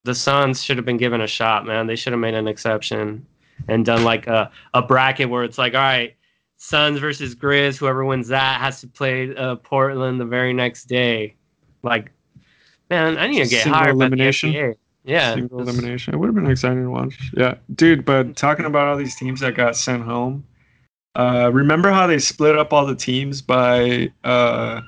S1: the Suns should have been given a shot, man. They should have made an exception and done like a, a bracket where it's like, all right, Suns versus Grizz, whoever wins that has to play uh, Portland the very next day. Like, man, I need to get
S3: Single
S1: hired
S3: elimination?
S1: by the NBA. Yeah,
S3: Single
S1: just-
S3: elimination. It would have been exciting to watch. Yeah, dude. But talking about all these teams that got sent home, uh, remember how they split up all the teams by uh,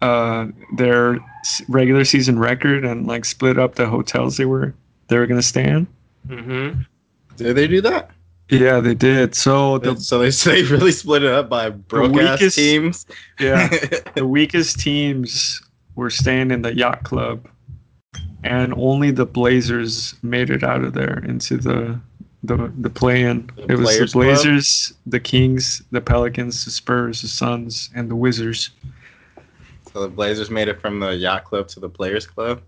S3: uh, their s- regular season record and like split up the hotels they were they were gonna stay in?
S1: Mhm.
S2: Did they do that?
S3: Yeah, they did. So the
S2: so they so they really split it up by broke ass
S3: weakest-
S2: teams.
S3: yeah the weakest teams were staying in the yacht club, and only the Blazers made it out of there into the the the play-in.
S2: The
S3: it was the
S2: Players Club?
S3: Blazers, the Kings, the Pelicans, the Spurs, the Suns, and the Wizards.
S2: So the Blazers made it from the yacht club to the players club.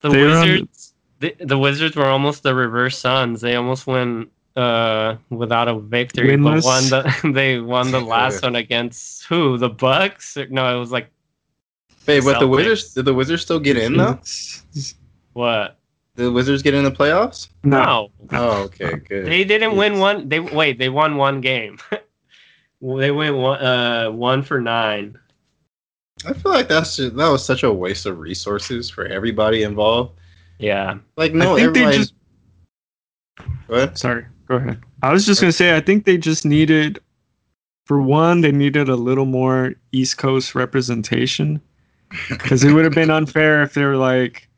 S1: The
S3: They were on-
S1: Wizards, the, the Wizards were almost the reverse Suns. They almost went uh, without a victory,
S3: Winless?
S1: but won the they won the last
S2: Yeah.
S1: one against who? The Bucks? Or- No, it was like
S2: Babe, but the
S1: Celtics.
S2: Wizards did the Wizards still get in though?
S1: what?
S2: Did the Wizards get in the playoffs?
S3: No.
S1: No,
S2: Oh, okay, good.
S1: they didn't win
S2: Yes.
S1: one. They wait, they won one game. Well, they went one uh one for nine.
S2: I feel like that's just, that was such a waste of resources for everybody involved.
S1: Yeah,
S2: Like no,
S3: I think they
S2: everybody.
S3: just.
S2: What?
S3: Sorry, go ahead. I was just gonna say I think they just needed, for one, they needed a little more East Coast representation, because it would have been unfair if they were like,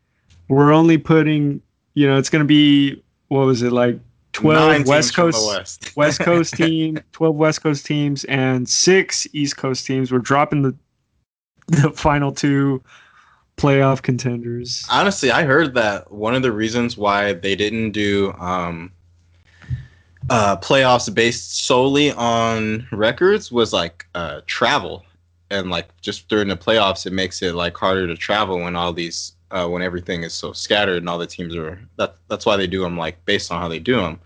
S3: we're only putting, you know, it's gonna be what was it like twelve
S2: Nine teams
S3: West
S2: from the
S3: Coast
S2: West.
S3: West Coast team, twelve West Coast teams, and six East Coast teams. We're dropping the the final two playoff contenders.
S2: Honestly, I heard that one of the reasons why they didn't do um, uh, playoffs based solely on records was like uh, travel, and like just during the playoffs, it makes it like harder to travel when all these uh, when everything is so scattered and all the teams are. That that's why they do them like based on how they do them.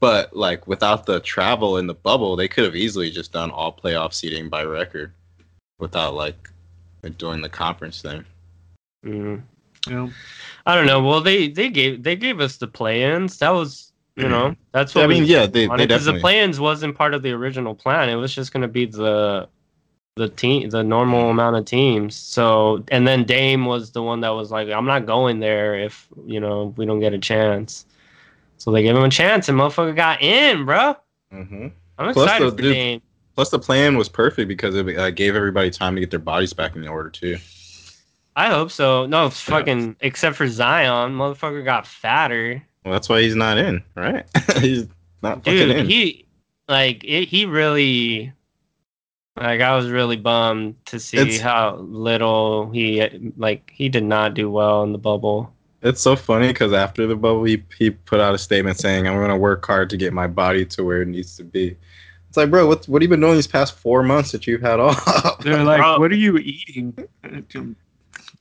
S2: But like without the travel in the bubble, they could have easily just done all playoff seeding by record, without like doing the conference thing.
S1: Mm.
S3: you know?
S1: I don't know. Well, they they gave they gave us the play-ins. That was you know that's what
S2: I mean,
S1: we
S2: Mm. yeah, they, they
S1: because
S2: definitely.
S1: the play-ins wasn't part of the original plan. It was just going to be the the team the normal amount of teams. So and then Dame was the one that was like, I'm not going there if you know we don't get a chance. So they gave him a chance, and motherfucker got in, bro.
S2: hmm
S1: I'm
S2: Plus,
S1: excited
S2: though,
S1: for
S2: dude-
S1: Dame.
S2: Plus, the plan was perfect because it uh, gave everybody time to get their bodies back in order too.
S1: I hope so. No, it's fucking except for Zion, motherfucker got fatter.
S2: Well, that's why he's not in, right? he's not fucking
S1: dude
S2: in.
S1: he like it, he really like i was really bummed to see
S2: It's-
S1: how little he like he did not do well in the bubble
S2: it's so funny because after the bubble, he, he put out a statement saying, "I'm gonna work hard to get my body to where it needs to be." It's like, bro, what what have you been doing these past four months that you've had off?
S3: They're like,
S1: Bro.
S3: what are you eating?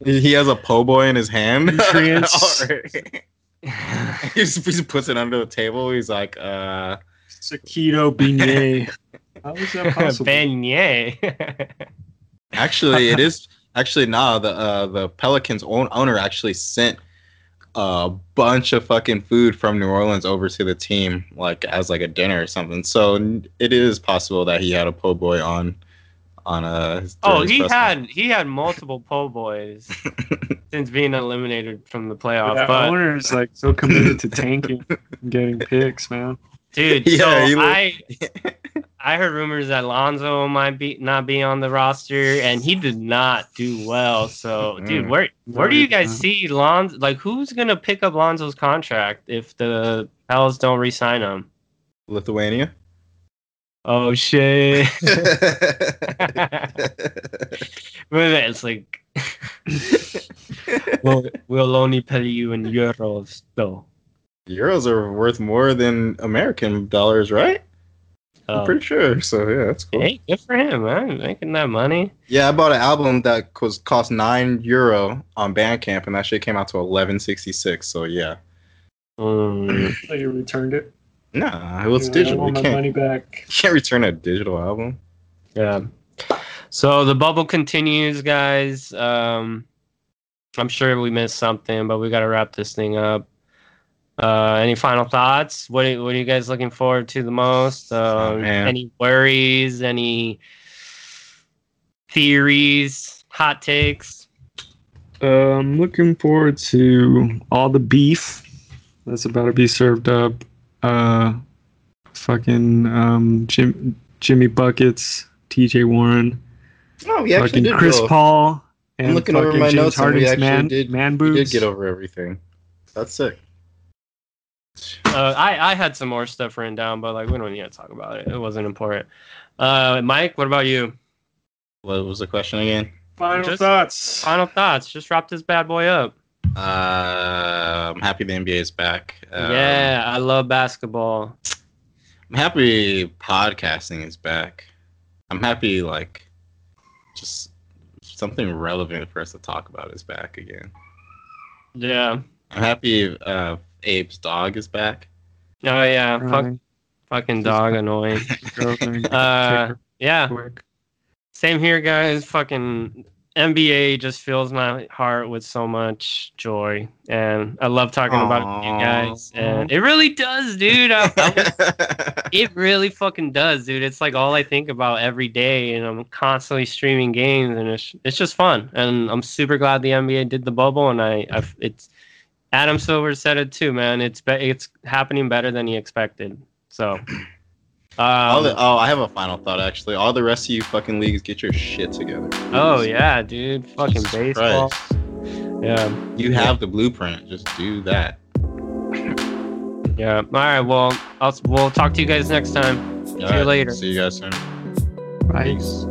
S2: he has a po' boy in his hand.
S3: Nutrients.
S2: Alright. he, just, he just puts it under the table. He's like, uh,
S3: It's a keto beignet. How is that possible?
S1: beignet
S2: Actually, it is actually nah. The uh, the Pelicans own owner actually sent a bunch of fucking food from New Orleans over to the team, like as like a dinner or something. So n- it is possible that he had a po' boy on on uh, a.
S1: oh he had he had multiple po boys since being eliminated from the playoff
S3: That
S1: but
S3: owner is like so committed to tanking and getting picks, man.
S1: dude
S2: Yeah, he
S1: so
S2: was-
S1: i i heard rumors that lonzo might be not be on the roster and he did not do well so dude
S2: Mm.
S1: where Where do you guys
S2: Mm-hmm.
S3: Yeah.
S1: see Lonzo? Like, who's gonna pick up Lonzo's contract if the Pels don't re-sign him?
S2: Lithuania.
S1: Oh shit!
S2: yeah,
S1: it's like we'll, we'll only pay you in euros, though.
S2: euros are worth more than American dollars, right? I'm
S1: Uh,
S2: pretty sure. So yeah, that's cool.
S1: hey, good for him, man, making that money.
S2: Yeah, I bought an album that was cost nine euro on Bandcamp, and that shit came out to eleven sixty six. So yeah,
S1: Mm.
S3: So you returned it.
S2: nah, it was digital. You can't,
S3: back.
S2: you can't return a digital album.
S1: Yeah. So the bubble continues, guys. Um, I'm sure we missed something, but we got to wrap this thing up. Uh, any final thoughts? What are, what are you guys looking forward to the most?
S2: Oh,
S1: Um,
S2: man.
S1: any worries? Any theories? Hot takes?
S3: Uh, I'm looking forward to all the beef that's about to be served up. Uh, fucking um, Jim, Jimmy buckets, T.J. Warren,
S2: No, we
S3: fucking Chris
S2: go-
S3: Paul, and
S2: looking over
S3: fucking
S2: my
S3: James
S2: notes and we
S3: Harden's
S2: actually
S3: man,
S2: did-
S3: man
S2: we
S3: boobs.
S2: did get over everything. That's sick.
S1: Uh, I I had some more stuff written down, but like we don't need to talk about it. It wasn't important. Uh, Mike, what about you?
S2: What was the question again?
S3: Final
S1: Just-
S3: thoughts.
S1: Final thoughts? Just wrap this bad boy up.
S2: Uh, I'm happy the NBA is back. Um,
S1: yeah, I love basketball.
S2: I'm happy podcasting is back. I'm happy like just something relevant for us to talk about is back again.
S1: Yeah.
S2: I'm happy uh, Abe's dog is back.
S1: Oh yeah, fuck,
S3: Right.
S1: fucking dog annoying.
S3: Girlfriend,
S1: Uh, yeah,
S3: quick.
S1: same here, guys. Fucking NBA just fills my heart with so much joy, and I love talking about it with you
S2: Aw.
S1: guys. And it really does, dude. I, I was- it really fucking does, dude. It's like all I think about every day, and I'm constantly streaming games, and it's it's just fun. And I'm super glad the NBA did the bubble, and I, I it's Adam Silver said it too, man. It's be, it's happening better than he expected. So,
S2: All
S1: um,
S2: the, oh, I have a final thought actually. All the rest of you fucking leagues, get your shit together.
S1: oh yeah, dude, fucking
S2: Jesus
S1: baseball.
S2: Christ.
S1: Yeah.
S2: You have the blueprint. Just do that.
S1: Yeah. All right. Well, I'll, we'll talk to you guys next time.
S2: See
S1: later.
S2: See you guys soon.
S3: Bye.
S2: Peace.